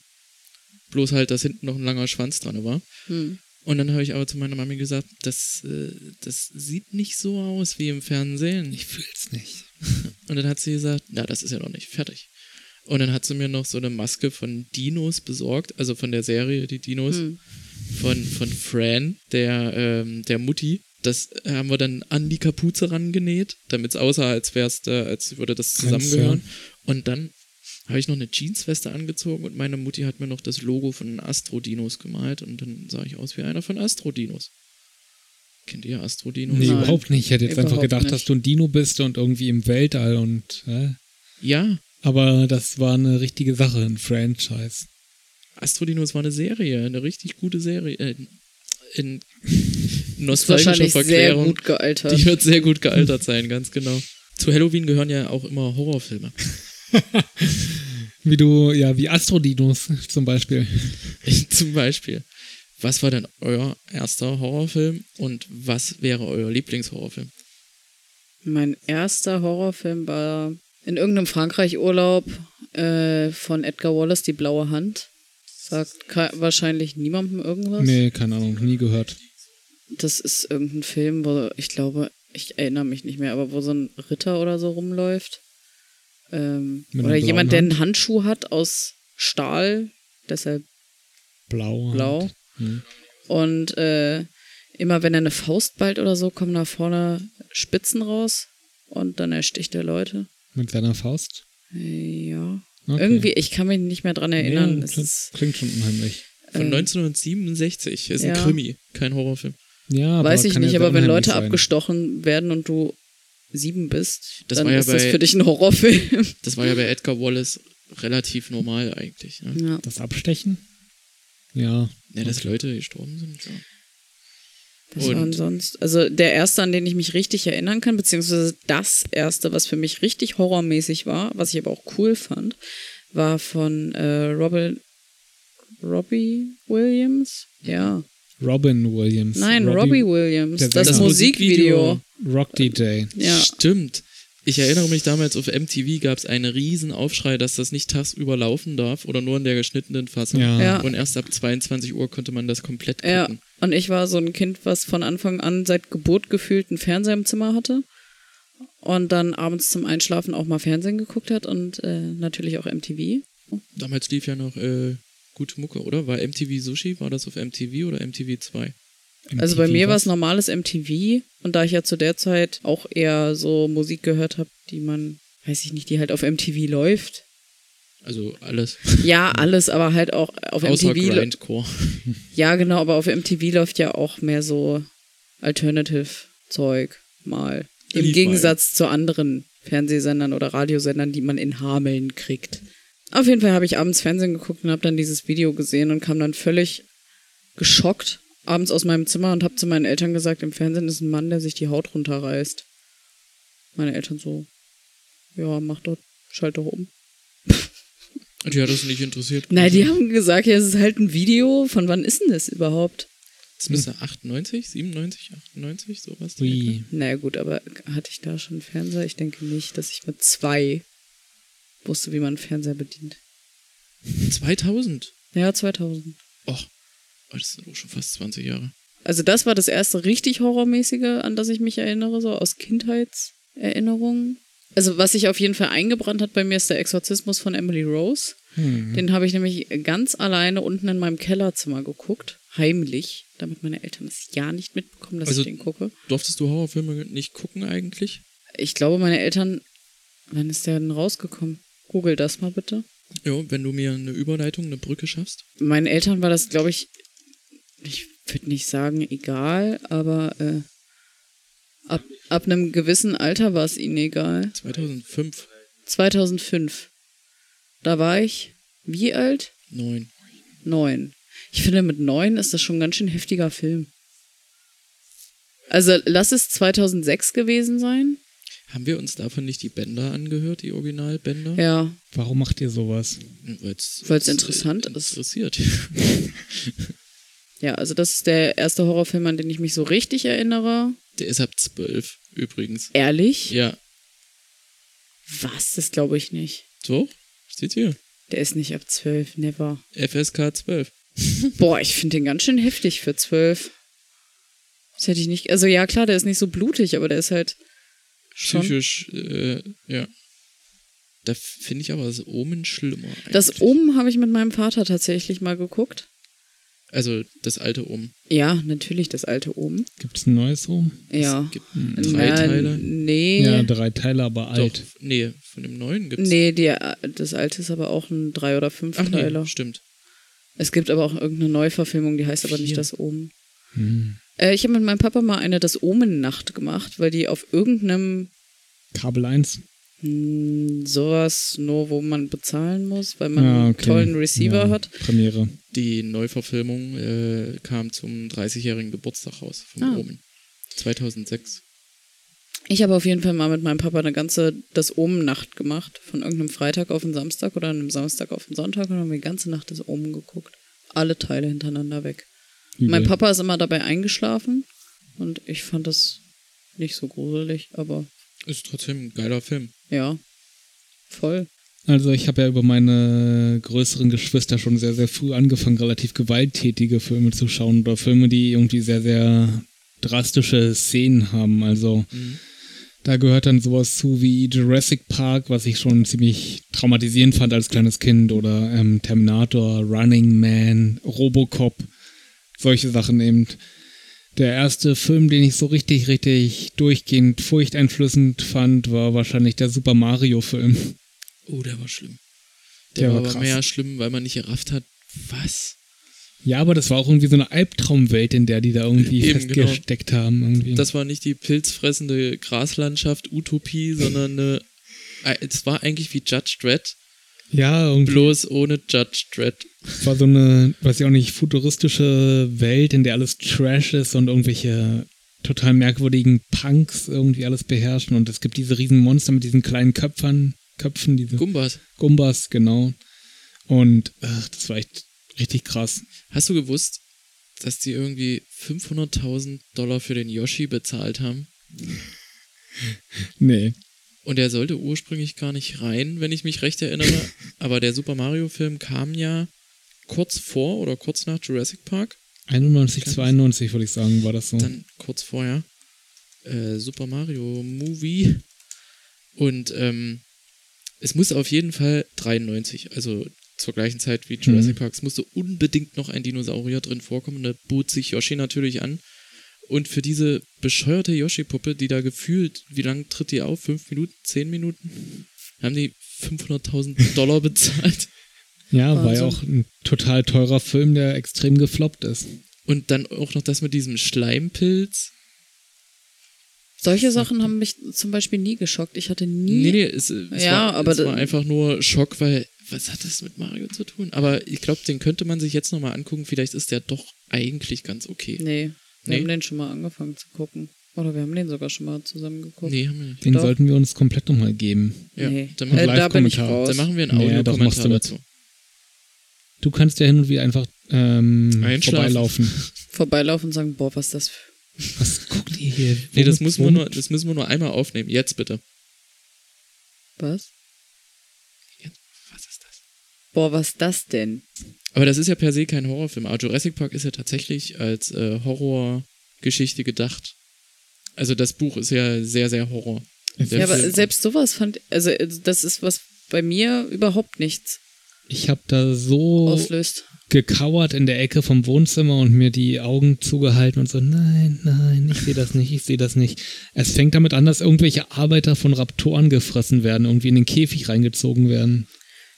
S3: Bloß halt, dass hinten noch ein langer Schwanz dran war.
S1: Hm.
S3: Und dann habe ich aber zu meiner Mami gesagt, das, äh, das sieht nicht so aus wie im Fernsehen.
S2: Ich fühl's nicht.
S3: Und dann hat sie gesagt, na, das ist ja noch nicht fertig. Und dann hat sie mir noch so eine Maske von Dinos besorgt, also von der Serie, die Dinos,
S1: Hm.
S3: von, von Fran, der, ähm, der Mutti. Das haben wir dann an die Kapuze rangenäht, damit es aussah, als wär's da, als würde das
S2: Ganz,
S3: zusammengehören. Und dann habe ich noch eine Jeansweste angezogen und meine Mutti hat mir noch das Logo von den Astrodinos gemalt und dann sah ich aus wie einer von Astrodinos. Kennt ihr Astrodinos?
S2: Nee,
S1: Nein.
S2: überhaupt nicht. Ich hätte jetzt einfach
S1: Überhaupt
S2: gedacht,
S1: nicht.
S2: dass du ein Dino bist und irgendwie im Weltall und. Äh?
S3: Ja,
S2: Aber das war eine richtige Sache, ein Franchise.
S3: Astrodinos war eine Serie, eine richtig gute Serie. Äh, in
S1: Ist
S3: nostalgischer
S1: wahrscheinlich sehr
S3: Verklärung.
S1: gut gealtert.
S3: Die wird sehr gut gealtert sein, ganz genau. Zu Halloween gehören ja auch immer Horrorfilme.
S2: Wie du, ja, wie Astrodinos zum Beispiel.
S3: Zum Beispiel. Was war denn euer erster Horrorfilm und was wäre euer Lieblingshorrorfilm?
S1: Mein erster Horrorfilm war in irgendeinem Frankreich-Urlaub äh, von Edgar Wallace, Die blaue Hand. Sagt ke- wahrscheinlich niemandem irgendwas.
S2: Nee, keine Ahnung, nie gehört.
S1: Das ist irgendein Film, wo ich glaube, ich erinnere mich nicht mehr, aber wo so ein Ritter oder so rumläuft. Ähm,
S2: Mit einer
S1: oder jemand,
S2: blauen
S1: der
S2: Hand?
S1: einen Handschuh hat aus Stahl, deshalb
S2: Blau.
S1: blau.
S2: Hand. Hm.
S1: Und äh, immer wenn er eine Faust ballt oder so, kommen da vorne Spitzen raus und dann ersticht er Leute.
S2: Mit seiner Faust.
S1: Ja.
S2: Okay.
S1: Irgendwie, ich kann mich nicht mehr dran erinnern.
S2: Ja,
S1: es
S2: klingt,
S1: ist,
S2: klingt schon unheimlich.
S3: Von
S1: Ähm,
S3: 1967. Ist ein
S1: ja.
S3: Krimi, kein Horrorfilm.
S2: Ja, aber
S1: weiß ich
S2: kann ja
S1: nicht,
S2: sehr
S1: aber wenn
S2: unheimlich
S1: Leute
S2: sein.
S1: abgestochen werden und du sieben bist,
S3: Das
S1: dann
S3: war ja
S1: ist das
S3: bei-
S1: für dich ein Horrorfilm.
S3: Das war ja bei Edgar Wallace relativ normal eigentlich. Ne?
S1: ja.
S2: Das Abstechen? Ja.
S3: Ja, dass Leute gestorben sind. Ja.
S1: Was
S3: Und-
S1: war denn sonst? Also der erste, an den ich mich richtig erinnern kann, beziehungsweise das erste, was für mich richtig horrormäßig war, was ich aber auch cool fand, war von äh, Robin, Robbie Williams? Ja.
S2: Robin Williams.
S1: Nein, Robbie, Williams.
S2: der
S1: Das,
S2: Sänger.
S1: Musikvideo.
S2: Rock DJ.
S1: Ja.
S3: Stimmt. Ich erinnere mich damals, auf MTV gab es einen riesen Aufschrei, dass das nicht tagsüber laufen darf oder nur in der geschnittenen Fassung.
S2: Ja.
S1: Ja.
S3: Und erst ab 22 Uhr konnte man das komplett
S1: Ja,
S3: gucken.
S1: und ich war so ein Kind, was von Anfang an seit Geburt gefühlt einen Fernseher im Zimmer hatte und dann abends zum Einschlafen auch mal Fernsehen geguckt hat und äh, natürlich auch MTV.
S3: Damals lief ja noch äh, gute Mucke, oder? War MTV Sushi? War das auf MTV oder MTV 2?
S1: Also bei
S2: MTV
S1: mir war es normales MTV und da ich ja zu der Zeit auch eher so Musik gehört habe, die man, weiß ich nicht, die halt auf MTV läuft.
S3: Also alles.
S1: Ja, alles, aber halt auch auf
S3: Außer
S1: MTV. lä-
S3: Grindcore.
S1: Ja, genau, aber auf MTV läuft ja auch mehr so Alternative-Zeug mal. Im
S3: Lied mal.
S1: Gegensatz zu anderen Fernsehsendern oder Radiosendern, die man in Hameln kriegt. Auf jeden Fall habe ich abends Fernsehen geguckt und habe dann dieses Video gesehen und kam dann völlig geschockt abends aus meinem Zimmer und habe zu meinen Eltern gesagt, im Fernsehen ist ein Mann, der sich die Haut runterreißt. Meine Eltern so, ja, mach doch, schalt doch um.
S3: Und die hat das nicht interessiert.
S1: Nein, die haben gesagt, ja, es ist halt ein Video. Von wann ist denn das überhaupt?
S3: Das müsste 98, 97, 98, sowas. die Ecke.
S2: Ui.
S1: Naja gut, aber hatte ich da schon einen Fernseher? Ich denke nicht, dass ich mit zwei wusste, wie man einen Fernseher bedient.
S3: 2000.
S1: Ja, 2000.
S3: ne? Och, oh, das sind auch schon fast 20 Jahre.
S1: Also das war das erste richtig horrormäßige, an das ich mich erinnere, so aus Kindheitserinnerungen. Also was sich auf jeden Fall eingebrannt hat bei mir ist der Exorzismus von Emily Rose. Den habe ich nämlich ganz alleine unten in meinem Kellerzimmer geguckt, heimlich, damit meine Eltern es ja nicht mitbekommen, dass
S3: Also-
S1: ich den gucke.
S3: Durftest du Horrorfilme nicht gucken eigentlich?
S1: Ich glaube, meine Eltern, wann ist der denn rausgekommen? Google das mal bitte.
S3: Ja, wenn du mir eine Überleitung, eine Brücke schaffst.
S1: meinen Eltern war das, glaube ich, ich würde nicht sagen egal, aber äh, ab, ab einem gewissen Alter war es ihnen egal.
S3: 2005,
S1: 2005. Da war ich wie alt?
S3: 9.
S1: Neun. Ich finde, mit neun ist das schon ein ganz schön heftiger Film. Also lass es 2006 gewesen sein.
S3: Haben wir uns davon nicht die Bänder angehört, die Originalbänder? Hm,
S1: Ja,
S2: Warum macht ihr sowas?
S3: Weil's,
S1: Weil's interessant ist.
S3: Interessiert.
S1: ja, also das ist der erste Horrorfilm, an den ich mich so richtig erinnere.
S3: Der ist ab 12 übrigens.
S1: Ehrlich?
S3: Ja,
S1: Was? Das glaube ich nicht.
S3: so, steht hier.
S1: Der ist nicht ab zwölf, never.
S3: FSK 12.
S1: Boah, ich finde den ganz schön heftig für zwölf. Das hätte ich nicht. Also ja, klar, der ist nicht so blutig, aber der ist halt schon.
S3: Psychisch, äh, ja. Da finde ich aber das Omen schlimmer.
S1: Das
S3: eigentlich.
S1: Oben habe ich mit meinem Vater tatsächlich mal geguckt.
S3: Also das alte um.
S1: Ja, natürlich das alte oben.
S2: Gibt es ein neues Rom?
S1: Ja.
S3: Es gibt drei
S1: Na,
S3: Teile.
S1: Nee.
S2: Ja, drei Teile, aber alt.
S3: Doch, nee, von dem neuen gibt es.
S1: Nee, die, das alte ist aber auch ein drei oder fünf
S3: Ach
S1: Teiler.
S3: nee, stimmt.
S1: Es gibt aber auch irgendeine Neuverfilmung, die heißt aber nicht
S3: Vier.
S1: das Omen.
S2: Hm.
S1: Äh, ich habe mit meinem Papa mal eine das Omen-Nacht gemacht, weil die auf irgendeinem
S2: Kabel 1.
S1: hm, sowas nur, wo man bezahlen muss, weil man
S3: Ah,
S2: ja,
S1: einen
S2: Ah, okay.
S1: tollen Receiver
S2: ja,
S1: hat.
S2: Premiere.
S3: Die Neuverfilmung äh, kam zum 30-jährigen Geburtstag raus vom
S1: Ah.
S3: Omen. 2006.
S1: Ich habe auf jeden Fall mal mit meinem Papa eine ganze das Omen-Nacht gemacht. Von irgendeinem Freitag auf den Samstag oder einem Samstag auf den Sonntag und haben die ganze Nacht das Omen geguckt. Alle Teile hintereinander weg.
S3: Mhm.
S2: Übel.
S1: Mein Papa ist immer dabei eingeschlafen und ich fand das nicht so gruselig, aber
S3: Ist trotzdem ein geiler Film.
S1: ja, voll.
S2: Also ich habe ja über meine größeren Geschwister schon sehr, sehr früh angefangen, relativ gewalttätige Filme zu schauen oder Filme, die irgendwie sehr, sehr drastische Szenen haben. Also da gehört dann sowas zu wie Jurassic Park, was ich schon ziemlich traumatisierend fand als kleines Kind oder ähm, Terminator, Running Man, Robocop, solche Sachen eben. Der erste Film, den ich so richtig, richtig durchgehend furchteinflößend fand, war wahrscheinlich der Super Mario-Film.
S3: Oh, der war schlimm.
S2: Der
S3: Der, war
S2: war
S3: aber
S2: krass.
S3: mehr schlimm, weil man nicht gerafft hat, was?
S2: Ja, aber das war auch irgendwie so eine Albtraumwelt, in der die da irgendwie
S3: Eben,
S2: festgesteckt haben. Irgendwie.
S3: Das war nicht die pilzfressende Graslandschaft, Utopie, sondern eine. Äh, Es war eigentlich wie Judge Dredd,
S2: ja, irgendwie
S3: bloß ohne Judge Dredd.
S2: das war so eine, weiß ich auch nicht, futuristische Welt, in der alles Trash ist und irgendwelche total merkwürdigen Punks irgendwie alles beherrschen. Und es gibt diese riesen Monster mit diesen kleinen Köpfern, Köpfen, diese
S3: Gumbas.
S2: Gumbas, genau. Und ach, das war echt richtig krass.
S3: Hast du gewusst, dass die irgendwie 500.000 Dollar für den Yoshi bezahlt haben?
S2: Nee.
S3: Und der sollte ursprünglich gar nicht rein, wenn ich mich recht erinnere. Aber der Super Mario-Film kam ja kurz vor oder kurz nach Jurassic Park.
S2: 91, 92 würde ich sagen, war das so.
S3: dann kurz vorher äh, Super Mario Movie und ähm, es musste auf jeden Fall 93, also zur gleichen Zeit wie Jurassic Park, es musste unbedingt noch ein Dinosaurier drin vorkommen und da bot sich Yoshi natürlich an. Und für diese bescheuerte Yoshi-Puppe, die da gefühlt, wie lang tritt die auf? Fünf Minuten? Zehn Minuten? Haben die 500.000 Dollar bezahlt.
S2: ja, war ja
S1: Wahnsinn.
S2: auch ein total teurer Film, der extrem gefloppt ist.
S3: Und dann auch noch das mit diesem Schleimpilz.
S1: Solche Sachen haben mich zum Beispiel nie geschockt. Ich hatte nie.
S3: Nee, nee, es, es,
S1: Ja,
S3: war,
S1: aber
S3: es
S1: da-
S3: war einfach nur Schock, weil was hat das mit Mario zu tun? Aber ich glaube, den könnte man sich jetzt nochmal angucken. Vielleicht ist der doch eigentlich ganz okay.
S1: Nee, wir
S3: Nee.
S1: haben den schon mal angefangen zu gucken. Oder wir haben den sogar schon mal zusammen geguckt.
S3: Nee, haben wir nicht.
S2: Den
S1: Doch.
S2: sollten wir uns komplett nochmal geben.
S3: Ja,
S1: Nee.
S3: dann,
S1: Äh,
S3: machen
S1: da bin ich
S2: Live-Kommentar.
S1: raus.
S3: wir, dann machen wir einen
S2: Nee, doch, machst
S3: Audiokommentar
S2: du mit.
S3: dazu.
S2: Du kannst ja hin und wieder einfach ähm,
S3: Einschlafen.
S2: vorbeilaufen.
S1: Vorbeilaufen und sagen, boah, was ist das für.
S2: Was guckt ihr hier?
S3: Nee, das,
S2: Womit-
S3: muss man nur,
S2: womit-
S3: das müssen wir nur einmal aufnehmen. Jetzt bitte.
S1: Was?
S3: Was ist das?
S1: Boah, was ist das denn?
S3: Aber das ist ja per se kein Horrorfilm. Aber Jurassic Park ist ja tatsächlich als äh, Horrorgeschichte gedacht. Also das Buch ist ja sehr, sehr Horror. Der
S1: ja, aber
S3: Film-
S1: selbst sowas fand. Also, äh, das ist was bei mir überhaupt nichts
S2: Ich habe da so
S1: auslöst.
S2: gekauert in der Ecke vom Wohnzimmer und mir die Augen zugehalten und so, nein, nein, ich sehe das nicht, ich sehe das nicht. Es fängt damit an, dass irgendwelche Arbeiter von Raptoren gefressen werden, irgendwie in den Käfig reingezogen werden.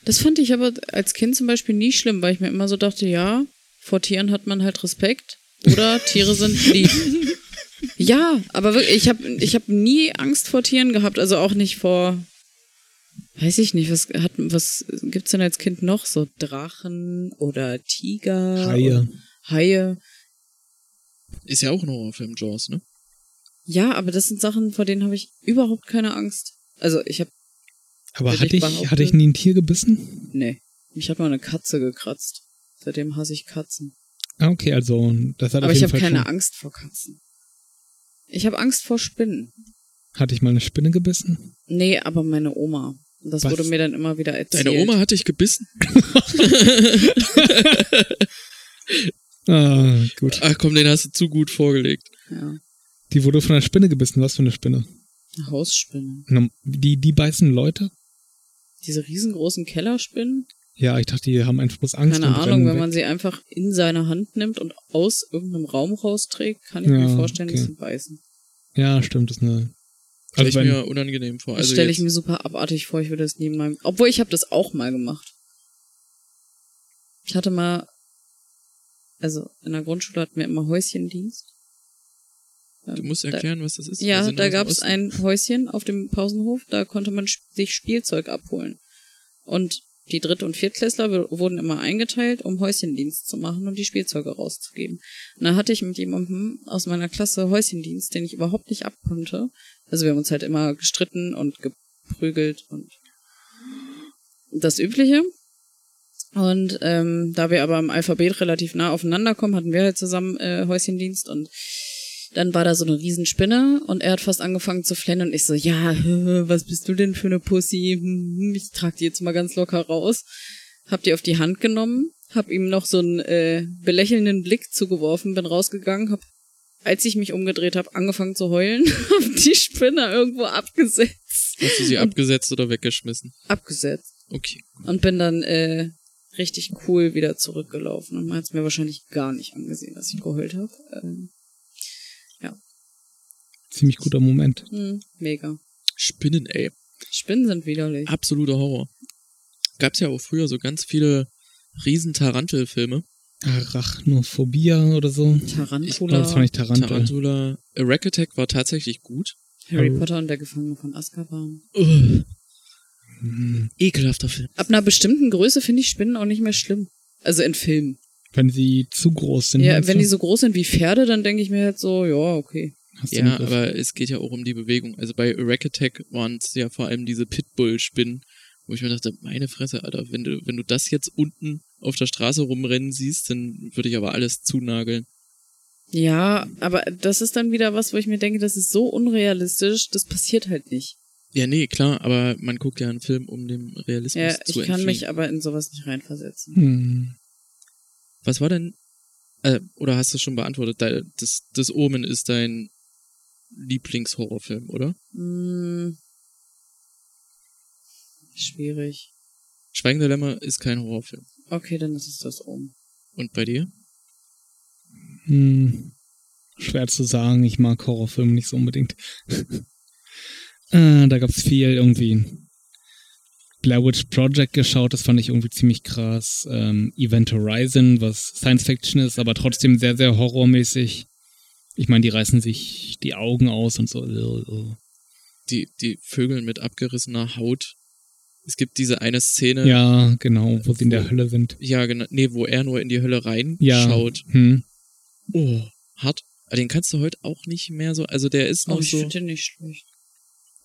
S1: Das fand ich aber als Kind zum Beispiel nie schlimm, weil ich mir immer so dachte, ja, vor Tieren hat man halt Respekt oder Tiere sind lieb. ja, aber wirklich, ich habe ich hab nie Angst vor Tieren gehabt, also auch nicht vor, weiß ich nicht, was hat was gibt's denn als Kind noch so Drachen oder Tiger?
S2: Haie.
S1: oder Haie.
S3: Ist ja auch ein Horrorfilm, Jaws, ne?
S1: Ja, aber das sind Sachen, vor denen habe ich überhaupt keine Angst. Also ich habe
S2: Aber
S1: Würde
S2: hatte
S1: ich
S2: ich,
S1: behaupten.
S2: hatte ich nie ein Tier gebissen?
S1: nee, mich hat mal eine Katze gekratzt. Seitdem hasse ich Katzen.
S2: Ah, okay, also das hat
S1: Aber
S2: auf
S1: ich
S2: jeden
S1: habe
S2: Fall
S1: keine
S2: schon.
S1: Angst vor Katzen. Ich habe Angst vor Spinnen.
S2: Hatte ich mal eine Spinne gebissen?
S1: Nee, aber meine Oma. Das
S2: Was?
S1: wurde mir dann immer wieder erzählt.
S3: Deine Oma hat dich gebissen.
S2: Ah, gut.
S3: Ach komm, den hast du zu gut vorgelegt.
S1: Ja.
S2: Die wurde von einer Spinne gebissen. Was für eine Spinne?
S1: Eine Hausspinne.
S2: Nom- Die, die beißen Leute?
S1: Diese riesengroßen Kellerspinnen.
S2: Ja, ich dachte, die haben einfach bloß Angst.
S1: Keine
S2: und
S1: Ahnung,
S2: rennen
S1: wenn
S2: weg.
S1: man sie einfach in seine Hand nimmt und aus irgendeinem Raum rausträgt, kann ich mir
S2: Ja,
S1: vorstellen, dass
S2: okay.
S1: sie beißen.
S2: Ja, stimmt, das ist eine.
S3: Stelle
S2: Also
S3: ich
S2: wenn,
S3: mir unangenehm vor.
S1: Das
S3: Also
S1: stelle ich
S3: jetzt-
S1: mir super abartig vor, ich würde das nie in meinem. Obwohl, ich habe das auch mal gemacht. Ich hatte mal, also in der Grundschule hatten wir immer Häuschendienst.
S3: du musst erklären, was das ist. Also Wir
S1: Ja,
S3: sind
S1: da
S3: aus dem
S1: gab es
S3: Osten.
S1: ein Häuschen auf dem Pausenhof, da konnte man sp- sich Spielzeug abholen. Und die Dritt- und Viertklässler w- wurden immer eingeteilt, um Häuschendienst zu machen und die Spielzeuge rauszugeben. Und da hatte ich mit jemandem aus meiner Klasse Häuschendienst, den ich überhaupt nicht abkonnte. Also wir haben uns halt immer gestritten und geprügelt und das Übliche. Und ähm, da wir aber im Alphabet relativ nah aufeinander kommen, hatten wir halt zusammen äh, Häuschendienst und dann war da so eine Riesenspinne und er hat fast angefangen zu flennen und ich so, ja, was bist du denn für eine Pussy? Hm, Ich trag die jetzt mal ganz locker raus. Hab die auf die Hand genommen, hab ihm noch so einen äh, belächelnden Blick zugeworfen, bin rausgegangen, hab, als ich mich umgedreht habe, angefangen zu heulen, hab die Spinne irgendwo abgesetzt.
S3: Hast du sie abgesetzt oder weggeschmissen?
S1: Abgesetzt
S3: Okay.
S1: und bin dann äh, richtig cool wieder zurückgelaufen. Und man hat es mir wahrscheinlich gar nicht angesehen, dass ich geheult habe. Ähm,
S2: ziemlich guter Moment.
S1: hm, mega.
S3: Spinnen, ey.
S1: Spinnen sind widerlich.
S3: Absoluter Horror. Gab's ja auch früher so ganz viele riesen Tarantel-Filme.
S2: Arachnophobia oder so. Oder
S1: Tarantula,
S2: das war nicht Tarantel.
S3: Tarantula. Äh, Rack Attack war tatsächlich gut.
S1: Harry Potter und der Gefangene von Azkaban.
S3: Ugh.
S2: Hm.
S3: Ekelhafter Film.
S1: Ab einer bestimmten Größe finde ich Spinnen auch nicht mehr schlimm. Also in Filmen.
S2: Wenn sie zu groß sind.
S1: Ja,
S2: meinst
S1: wenn
S2: du?
S1: die so groß sind wie Pferde, dann denke ich mir halt so, ja, okay.
S2: Hast du
S3: Ja,
S2: einen Griff?
S3: aber es geht ja auch um die Bewegung. Also bei Rack Attack waren es ja vor allem diese Pitbull-Spinnen, wo ich mir dachte, meine Fresse, Alter, wenn du, wenn du das jetzt unten auf der Straße rumrennen siehst, dann würde ich aber alles zunageln.
S1: Ja, aber das ist dann wieder was, wo ich mir denke, das ist so unrealistisch, das passiert halt nicht.
S3: Ja, nee, klar, aber man guckt ja einen Film, um dem Realismus
S1: Ja,
S3: zu
S1: ich kann
S3: entfliehen.
S1: mich aber in sowas nicht reinversetzen.
S2: Hm.
S3: Was war denn, äh, oder hast du schon beantwortet, dein- das, das Omen ist dein Lieblingshorrorfilm, oder?
S1: Hm. Schwierig.
S3: Schweigender Lämmer ist kein Horrorfilm.
S1: Okay, dann ist es das um.
S3: Und bei dir?
S2: Hm. Schwer zu sagen, ich mag Horrorfilme nicht so unbedingt. äh, da gab's viel irgendwie. Blair Witch Project geschaut, das fand ich irgendwie ziemlich krass. Ähm, Event Horizon, was Science Fiction ist, aber trotzdem sehr, sehr horrormäßig. Ich meine, die reißen sich die Augen aus und so.
S3: Die, die Vögel mit abgerissener Haut. Es gibt diese eine Szene,
S2: Ja, genau, wo sie in der Hölle sind.
S3: Ja, genau. Nee, wo er nur in die Hölle
S2: Ja.
S3: reinschaut.
S2: Hm.
S3: Oh, hart. Aber den kannst du heute auch nicht mehr so. Also der ist noch
S1: Oh, ich
S3: so.
S1: finde den nicht schlecht.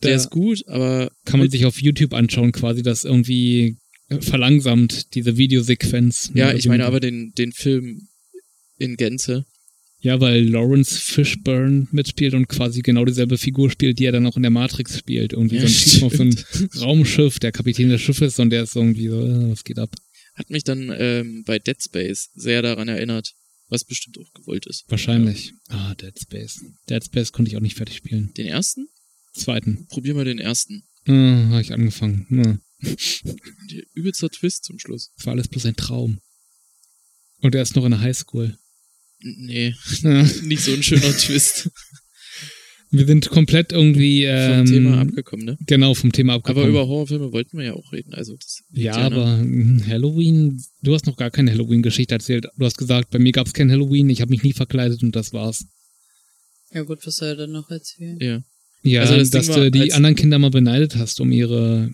S3: Der
S2: da-
S3: ist gut, aber
S2: Kann man sich auf YouTube anschauen, quasi, das irgendwie äh, verlangsamt, diese Videosequenz.
S3: ja, ich meine
S2: aber
S3: aber den, den Film in Gänze.
S2: Ja, weil Lawrence Fishburne mitspielt und quasi genau dieselbe Figur spielt, die er dann auch in der Matrix spielt. Irgendwie so
S3: Ja,
S2: ein Typ auf einem
S3: stimmt.
S2: Raumschiff, der Kapitän des Schiffes und der ist irgendwie so, äh, was geht ab?
S3: Hat mich dann ähm, bei Dead Space sehr daran erinnert, was bestimmt auch gewollt ist.
S2: Wahrscheinlich. Ah, Dead Space. Dead Space konnte ich auch nicht fertig spielen.
S3: Den ersten?
S2: Zweiten.
S3: Probier mal den ersten.
S2: Äh, habe ich angefangen. Äh,
S3: Der übelster Twist zum Schluss.
S2: das war alles bloß ein Traum. Und er ist noch in der Highschool.
S3: N- Nee,
S2: Äh,
S3: nicht so ein schöner Twist
S2: wir sind komplett irgendwie
S3: vom
S2: ähm,
S3: Thema abgekommen, ne?
S2: Genau, vom Thema
S3: Aber
S2: abgekommen.
S3: über Horrorfilme wollten wir ja auch reden. Also das liegt
S2: Ja,
S3: ne?
S2: aber mh, Halloween, du hast noch gar keine Halloween-Geschichte erzählt. Du hast gesagt, bei mir gab's kein Halloween, ich habe mich nie verkleidet und das war's.
S1: Ja gut, was soll er dann noch erzählen?
S3: Ja.
S2: Ja,
S3: Also das
S2: dass
S3: Ding war,
S2: du die
S3: als-
S2: anderen Kinder mal beneidet hast um ihre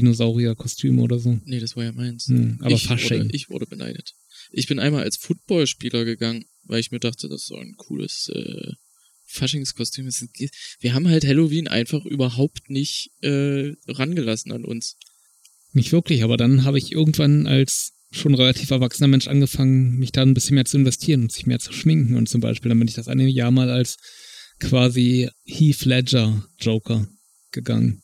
S2: Astro-Dinosaurier-Kostüme oder so.
S3: Nee, das war ja meins.
S2: Hm, aber
S3: ich wurde,
S2: Fasching.
S3: ich wurde beneidet. Ich bin einmal als Footballspieler gegangen, weil ich mir dachte, das ist so ein cooles äh, Faschingskostüm. Es ist- Wir haben halt Halloween einfach überhaupt nicht äh, rangelassen an uns.
S2: Nicht wirklich, aber dann habe ich irgendwann als schon relativ erwachsener Mensch angefangen, mich da ein bisschen mehr zu investieren und sich mehr zu schminken. Und zum Beispiel, dann bin ich das eine Jahr mal als quasi Heath Ledger Joker gegangen.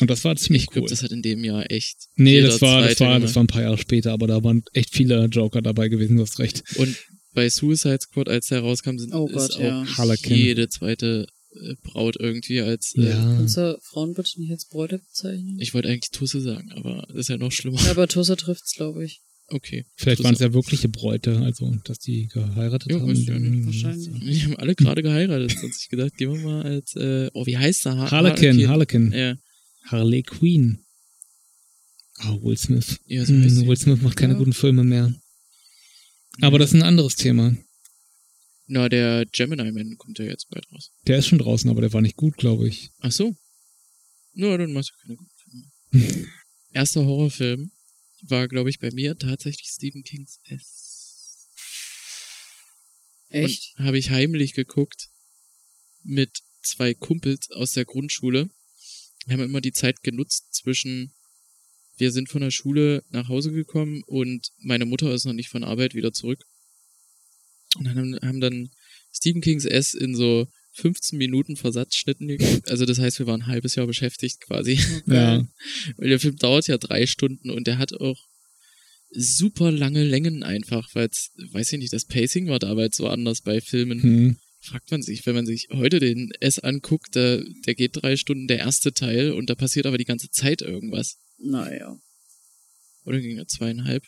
S2: Und das war ziemlich
S3: ich
S2: cool.
S3: glaube, das hat in dem Jahr echt.
S2: Nee,
S3: jeder
S2: das war, das,
S3: Zweite
S2: war, das
S3: gemacht.
S2: war ein paar Jahre später, aber da waren echt viele Joker dabei gewesen, du hast recht.
S3: Und bei Suicide Squad, als der rauskam, sind
S1: Oh
S3: ist
S1: Gott,
S3: auch
S1: ja.
S2: Harlequin.
S3: jede zweite äh, Braut irgendwie als. Äh,
S2: Ja.
S1: Kannst du Frauen bitte nicht als Bräute bezeichnen?
S3: Ich wollte eigentlich Tusse sagen, aber das ist ja noch schlimmer.
S1: Ja, aber Tusse trifft's, glaube ich.
S3: Okay.
S2: Vielleicht waren es
S3: Tusse.
S2: ja wirkliche Bräute, also dass die geheiratet
S3: Ja,
S2: haben.
S3: weiß ich ja nicht,
S1: wahrscheinlich.
S3: Wir haben alle gerade geheiratet, sonst ich gedacht, gehen wir mal als. Äh, oh, wie heißt der? Ha
S2: Harlequin, Harlequin.
S3: Ja,
S2: Harley Queen. Ah, Will Smith.
S3: ja, so
S2: Hm,
S3: heißt sie.
S2: Will Smith macht keine
S1: Ja.
S2: guten Filme mehr. Aber das ist ein anderes Thema.
S3: Na, der Gemini Man kommt ja jetzt bald raus.
S2: Der ist schon draußen, aber der war nicht gut, glaube ich.
S3: Ach so. Na, dann machst du keine guten Filme. Erster Horrorfilm war, glaube ich, bei mir tatsächlich Stephen Kings S.
S1: Echt?
S3: Und habe ich heimlich geguckt mit zwei Kumpels aus der Grundschule. Wir haben immer die Zeit genutzt zwischen, wir sind von der Schule nach Hause gekommen und meine Mutter ist noch nicht von Arbeit wieder zurück. Und dann haben, haben dann Stephen Kings S in so 15 Minuten Versatzschnitten geguckt. Also das heißt, wir waren ein halbes Jahr beschäftigt quasi.
S2: Ja.
S3: Weil der Film dauert ja drei Stunden und der hat auch super lange Längen einfach, weil weiß ich nicht, das Pacing war damals so anders bei Filmen.
S2: Hm.
S3: Fragt man sich, wenn man sich heute den S anguckt, der, der geht drei Stunden der erste Teil und da passiert aber die ganze Zeit irgendwas.
S1: Naja.
S3: Oder ging er zweieinhalb?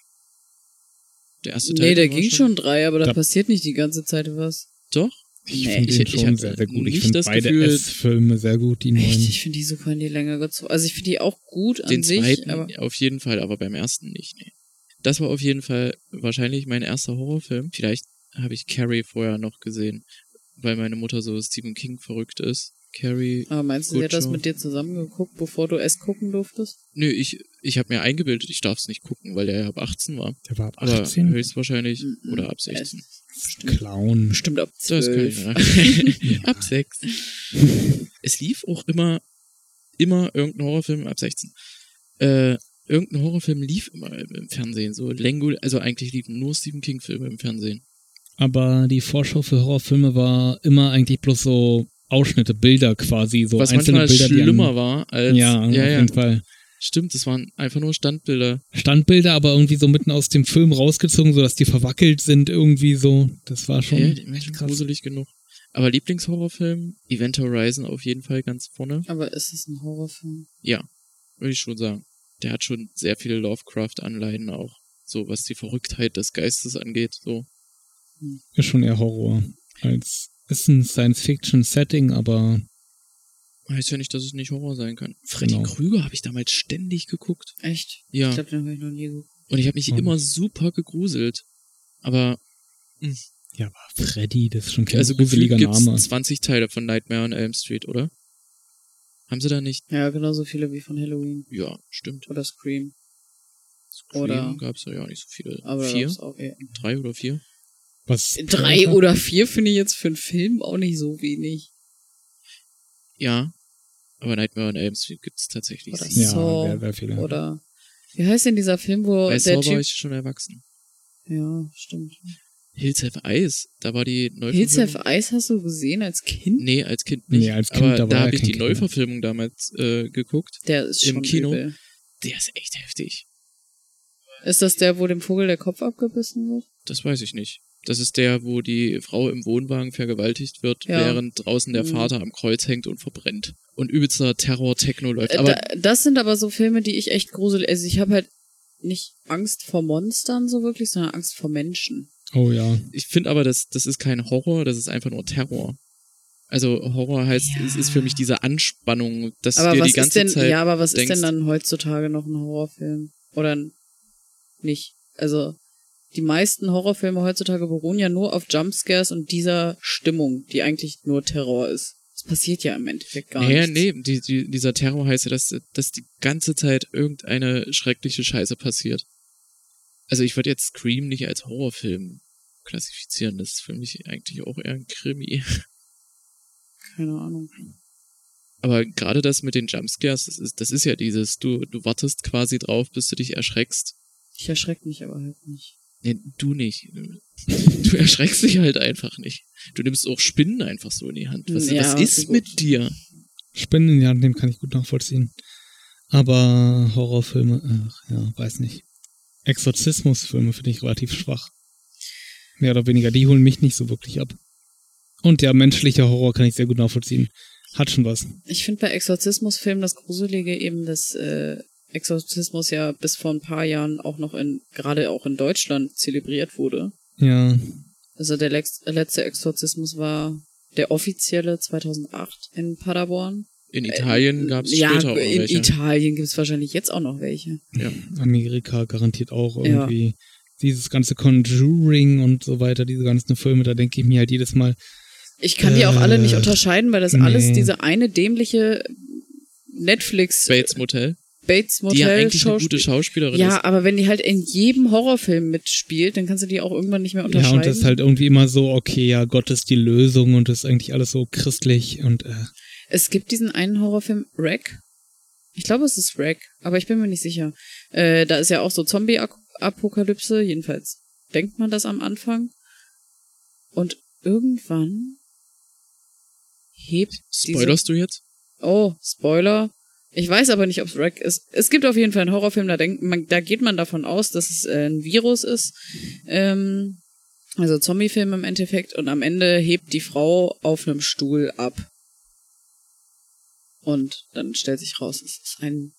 S3: Der erste Teil.
S1: Nee, der
S3: war
S1: ging schon drei, aber da
S2: Da-
S1: passiert nicht die ganze Zeit was.
S3: Doch?
S2: Ich
S1: Nee,
S2: finde
S3: ich-
S2: den
S3: ich
S2: schon
S3: hab
S2: sehr, sehr gut. Ich
S3: nicht
S2: finde
S3: das
S2: beide
S3: Gefühl-
S2: S-Filme sehr gut, die
S1: Echt?
S2: neuen.
S1: Ich finde die super in die Länge gezogen. Also ich finde die auch gut an
S3: Den
S1: sich,
S3: zweiten
S1: aber
S3: auf jeden Fall, aber beim ersten nicht. Nee. Das war auf jeden Fall wahrscheinlich mein erster Horrorfilm. Vielleicht habe ich Carrie vorher noch gesehen, weil meine Mutter so Stephen King verrückt ist. Carrie,
S1: Aber meinst du,
S3: Gut
S1: sie hat das
S3: schon.
S1: mit dir zusammengeguckt, bevor du es gucken durftest?
S3: nö, ich, ich habe mir eingebildet, ich darf es nicht gucken, weil der ja ab 18 war.
S2: Der war ab
S3: Aber
S2: 18.
S3: höchstwahrscheinlich
S1: Mhm.
S3: oder ab 16.
S1: Es- Bestimmt,
S2: Clown.
S1: bestimmt ab
S3: Das kann
S1: 12.
S3: ich Ab 6. Es lief auch immer, immer irgendein Horrorfilm ab 16. Äh, irgendein Horrorfilm lief immer im im Fernsehen. So Lengul, also eigentlich liefen nur Stephen King-Filme im Fernsehen.
S2: Aber die Vorschau für Horrorfilme war immer eigentlich bloß so Ausschnitte, Bilder quasi. So
S3: Was
S2: einzelne
S3: manchmal
S2: Bilder,
S3: schlimmer
S2: die
S3: war
S2: an,
S3: als.
S2: Ja, auf
S3: ja, ja.
S2: jeden Fall.
S3: Stimmt, es waren einfach nur Standbilder.
S2: Standbilder, aber irgendwie so mitten aus dem Film rausgezogen, sodass die verwackelt sind irgendwie so. Das war schon
S3: Ja, die waren schon
S2: krass.
S3: gruselig genug. Aber Lieblingshorrorfilm, Event Horizon auf jeden Fall ganz vorne,
S1: Aber ist es ein Horrorfilm?
S3: würde ich schon sagen. Der hat schon sehr viele Lovecraft-Anleihen auch. So was die Verrücktheit des Geistes angeht. So.
S2: ist schon eher Horror. Als ist ein Science-Fiction-Setting, aber
S3: Heißt ja nicht, dass es nicht Horror sein kann. Freddy
S2: Genau.
S3: Krüger habe ich damals ständig geguckt.
S1: Echt?
S3: Ja.
S1: Ich glaube, den habe ich noch nie geguckt.
S3: und ich habe mich
S2: Mhm.
S3: immer super gegruselt. Aber
S2: ja, aber Freddy, das ist schon kein
S3: also gefühlt
S2: gruseliger
S3: gibt's
S2: Name.
S3: 20 Teile von Nightmare on Elm Street, oder? Haben sie da nicht?
S1: Ja, genauso viele wie von Halloween
S3: Ja, stimmt.
S1: oder Scream.
S3: Scream
S1: Oder-
S3: gab's da ja auch nicht so viele.
S1: Aber da
S3: vier?
S1: gab's auch eher.
S3: Drei oder vier?
S2: Was
S1: Drei oder vier finde ich jetzt für einen Film auch nicht so wenig.
S3: Ja. Aber Nightmare on Elm Street gibt's tatsächlich.
S1: Oder
S3: sieben.
S2: Ja,
S1: So,
S2: sehr, sehr viele.
S1: Oder wie heißt denn dieser Film, wo
S3: Bei
S1: der
S3: Saw war
S1: Typ.
S3: ich schon erwachsen.
S1: Ja, stimmt.
S3: Hills Have Eyes, da war die
S1: Hills
S3: Neuverfilmung.
S1: Have Ice hast du gesehen als Kind?
S3: Nee, als Kind nicht.
S2: Nee, als Kind,
S3: aber
S2: da war
S3: da
S2: ja
S3: habe ich
S2: kein
S3: die
S2: Kind mehr.
S3: Neuverfilmung damals äh, geguckt.
S1: Der ist
S3: Im
S1: schon
S3: Kino?
S1: Übel.
S3: Der ist echt heftig.
S1: Ist das der, wo dem Vogel der Kopf abgebissen wird?
S3: Das weiß ich nicht. Das ist der, wo die Frau im Wohnwagen vergewaltigt wird,
S1: Ja.
S3: während draußen der
S1: Mhm.
S3: Vater am Kreuz hängt und verbrennt. Und übelster Terror-Techno läuft.
S1: Äh,
S3: Aber
S1: da, das sind aber so Filme, die ich echt gruselig. Also ich habe halt nicht Angst vor Monstern so wirklich, sondern Angst vor Menschen.
S2: Oh ja.
S3: ich finde aber, das, das ist kein Horror, das ist einfach nur Terror. Also Horror heißt,
S1: Ja.
S3: es ist für mich diese Anspannung, dass
S1: Aber
S3: dir
S1: was
S3: die ganze
S1: ist denn,
S3: Zeit...
S1: ja, aber was
S3: denkst-
S1: ist denn dann heutzutage noch ein Horrorfilm? Oder n- nicht? Also die meisten Horrorfilme heutzutage beruhen ja nur auf Jumpscares und dieser Stimmung, die eigentlich nur Terror ist. Das passiert ja im Endeffekt gar
S3: nee,
S1: nichts.
S3: nee, die, die, dieser Terror heißt ja, dass, dass die ganze Zeit irgendeine schreckliche Scheiße passiert. Also ich würde jetzt Scream nicht als Horrorfilm klassifizieren, das ist für mich eigentlich auch eher ein Krimi.
S1: Keine Ahnung.
S3: Aber gerade das mit den Jumpscares, das ist, das ist ja dieses, du, du wartest quasi drauf, bis du dich erschreckst.
S1: Ich erschrecke mich aber halt nicht.
S3: Nee, du nicht. Du erschreckst dich halt einfach nicht. Du nimmst auch Spinnen einfach so in die Hand. Was,
S1: Ja,
S3: was ist
S1: gut.
S3: mit dir?
S2: Spinnen in die Hand nehmen kann ich gut nachvollziehen. Aber Horrorfilme, ach ja, weiß nicht. Exorzismusfilme finde ich relativ schwach. Mehr oder weniger, die holen mich nicht so wirklich ab. Und ja, menschlicher Horror kann ich sehr gut nachvollziehen. Hat schon was.
S1: Ich finde bei Exorzismusfilmen das Gruselige eben, dass äh, Exorzismus ja bis vor ein paar Jahren auch noch in, gerade auch in Deutschland zelebriert wurde.
S2: Ja.
S1: Also der lex- letzte Exorzismus war der offizielle 2008 in Paderborn.
S3: In Italien gab es
S1: Äh, Ja,
S3: später auch
S1: in
S3: welche.
S1: Italien gibt es wahrscheinlich jetzt auch noch welche.
S2: Amerika garantiert auch
S1: Ja.
S2: irgendwie. Dieses ganze Conjuring und so weiter, diese ganzen Filme, da denke ich mir halt jedes Mal,
S1: Ich kann die auch alle nicht
S2: Äh,
S1: unterscheiden, weil das
S2: nee.
S1: alles diese eine dämliche Netflix
S3: Bates Motel,
S1: Bates
S3: die ja
S1: Motel
S3: eigentlich eine
S1: Schauspiel.
S3: gute Schauspielerin
S1: Ja,
S3: ist.
S1: aber wenn die halt in jedem Horrorfilm mitspielt, dann kannst du die auch irgendwann nicht mehr
S2: ja,
S1: unterscheiden.
S2: und das ist halt irgendwie immer so, okay, ja, Gott ist die Lösung und das ist eigentlich alles so christlich und äh,
S1: Es gibt diesen einen Horrorfilm, Wreck. Ich glaube, es ist Wreck, aber ich bin mir nicht sicher. Äh, da ist ja auch so Zombie-Apokalypse, jedenfalls denkt man das am Anfang. Und irgendwann hebt diese...
S3: Spoilerst du jetzt?
S1: Oh, Spoiler. Ich weiß aber nicht, ob es Wreck ist. Es gibt auf jeden Fall einen Horrorfilm, da, denkt man, da geht man davon aus, dass es äh, ein Virus ist. Ähm, also Zombie-Film im Endeffekt. Und am Ende hebt die Frau auf einem Stuhl ab. Und dann stellt sich raus, es ist ein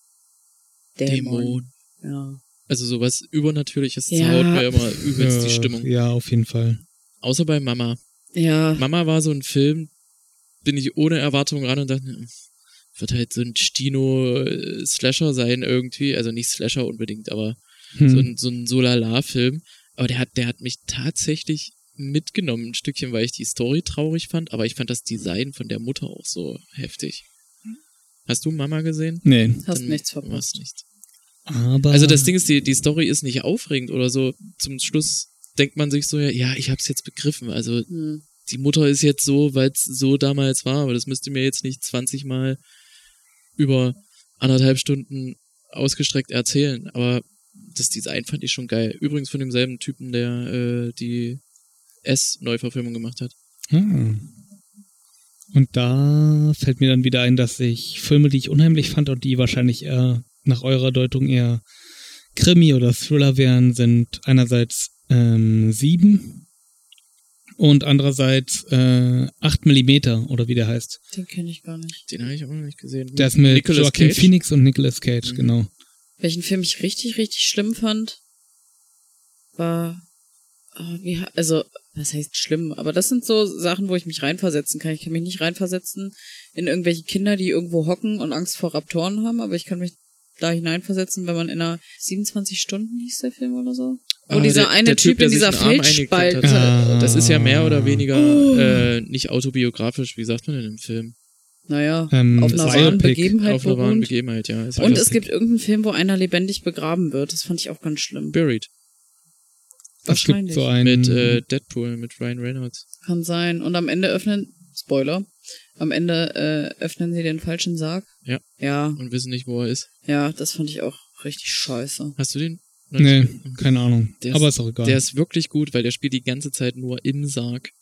S1: Dämon.
S3: Dämon.
S1: Ja.
S3: Also sowas Übernatürliches
S1: Ja.
S3: zerhaut mir immer übelst
S2: äh,
S3: die Stimmung.
S2: ja, auf jeden Fall.
S3: Außer bei Mama.
S1: ja,
S3: Mama war so ein Film, bin ich ohne Erwartungen ran und dachte, hm, wird halt so ein Stino-Slasher sein irgendwie. Also nicht Slasher unbedingt, aber
S2: Hm.
S3: so ein, so ein Solala-Film. Aber der hat, der hat mich tatsächlich mitgenommen, ein Stückchen, weil ich die Story traurig fand, aber ich fand das Design von der Mutter auch so heftig. Hast du Mama gesehen?
S2: nee,
S1: hast
S3: Dann
S1: nichts
S3: war's
S1: verpasst.
S3: Nichts.
S2: aber
S3: Also das Ding ist, die, die Story ist nicht aufregend oder so. Zum Schluss denkt man sich so, ja, ja, ich hab's jetzt begriffen. Also
S1: Hm.
S3: die Mutter ist jetzt so, weil es so damals war, aber das müsst ihr mir jetzt nicht 20 Mal über anderthalb Stunden ausgestreckt erzählen. Aber das Design fand ich schon geil. Übrigens von demselben Typen, der äh, die S-Neuverfilmung gemacht hat.
S2: Hm. Und da fällt mir dann wieder ein, dass ich Filme, die ich unheimlich fand und die wahrscheinlich eher nach eurer Deutung eher Krimi oder Thriller wären, sind einerseits ähm, 7 und andererseits äh, 8 mm oder wie der heißt.
S1: Den kenne ich gar nicht.
S3: Den habe ich auch noch nicht gesehen.
S2: Der ist mit
S3: Nicolas
S2: Joaquin
S3: Cage?
S2: Phoenix und Nicolas Cage,
S3: Mhm.
S2: genau.
S1: Welchen Film ich richtig, richtig schlimm fand, war, ah, wie, he- also, was heißt schlimm? Aber das sind so Sachen, wo ich mich reinversetzen kann. Ich kann mich nicht reinversetzen in irgendwelche Kinder, die irgendwo hocken und Angst vor Raptoren haben, aber ich kann mich da hineinversetzen, wenn man in einer 27 Stunden hieß der Film oder so. Wo
S3: Ah,
S1: dieser
S3: der-
S1: eine
S3: der
S1: Typ,
S3: Typ, der
S1: in
S3: sich
S1: dieser
S3: den Arm eingeklemmt hat. also-
S1: Feldspalte.
S2: Ah.
S3: Das ist ja mehr oder weniger
S1: Oh.
S3: äh, nicht autobiografisch, wie sagt man denn im Film?
S1: Naja,
S2: Ähm,
S1: auf einer
S2: Biopic.
S1: wahren Begebenheit
S3: Auf einer wahren
S1: beruht.
S3: Begebenheit, ja. Ist
S1: Halt Und
S3: ja
S1: es gibt irgendeinen Film, wo einer lebendig begraben wird. Das fand ich auch ganz schlimm.
S3: Buried
S2: Es gibt
S1: Wahrscheinlich.
S2: so einen
S3: mit äh, Deadpool, mit Ryan Reynolds.
S1: Kann sein. Und am Ende öffnen, Spoiler, am Ende äh, öffnen sie den falschen Sarg.
S3: Ja.
S1: Ja,
S3: Und wissen nicht, wo er ist.
S1: ja, das fand ich auch richtig scheiße.
S3: Hast du den? noch nicht
S2: nee,
S3: gesehen?
S2: keine Ahnung.
S3: Der ist-
S2: Aber ist auch egal.
S3: Der ist wirklich gut, weil der spielt die ganze Zeit nur im Sarg.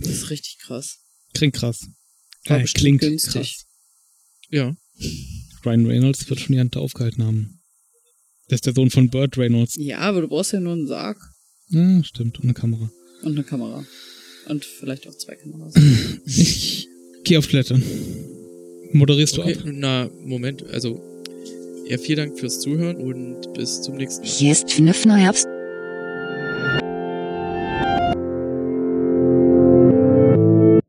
S1: Das ist richtig krass.
S2: klingt krass.
S1: War
S2: Äh,
S1: bestimmt
S2: klingt
S1: günstig.
S3: Ja.
S2: krass. Ryan Reynolds wird schon die Hand da aufgehalten haben. Das ist der Sohn von Burt Reynolds.
S1: Ja, aber du brauchst ja nur einen Sarg
S2: Ja, stimmt, und eine Kamera.
S1: und eine Kamera. Und vielleicht auch zwei Kameras.
S2: Ich geh auf Klettern. Moderierst
S3: Okay,
S2: du ab?
S3: na, Moment. Also, ja, vielen Dank fürs Zuhören und bis zum nächsten Mal.
S4: Hier ist FNÜF Neuherbst.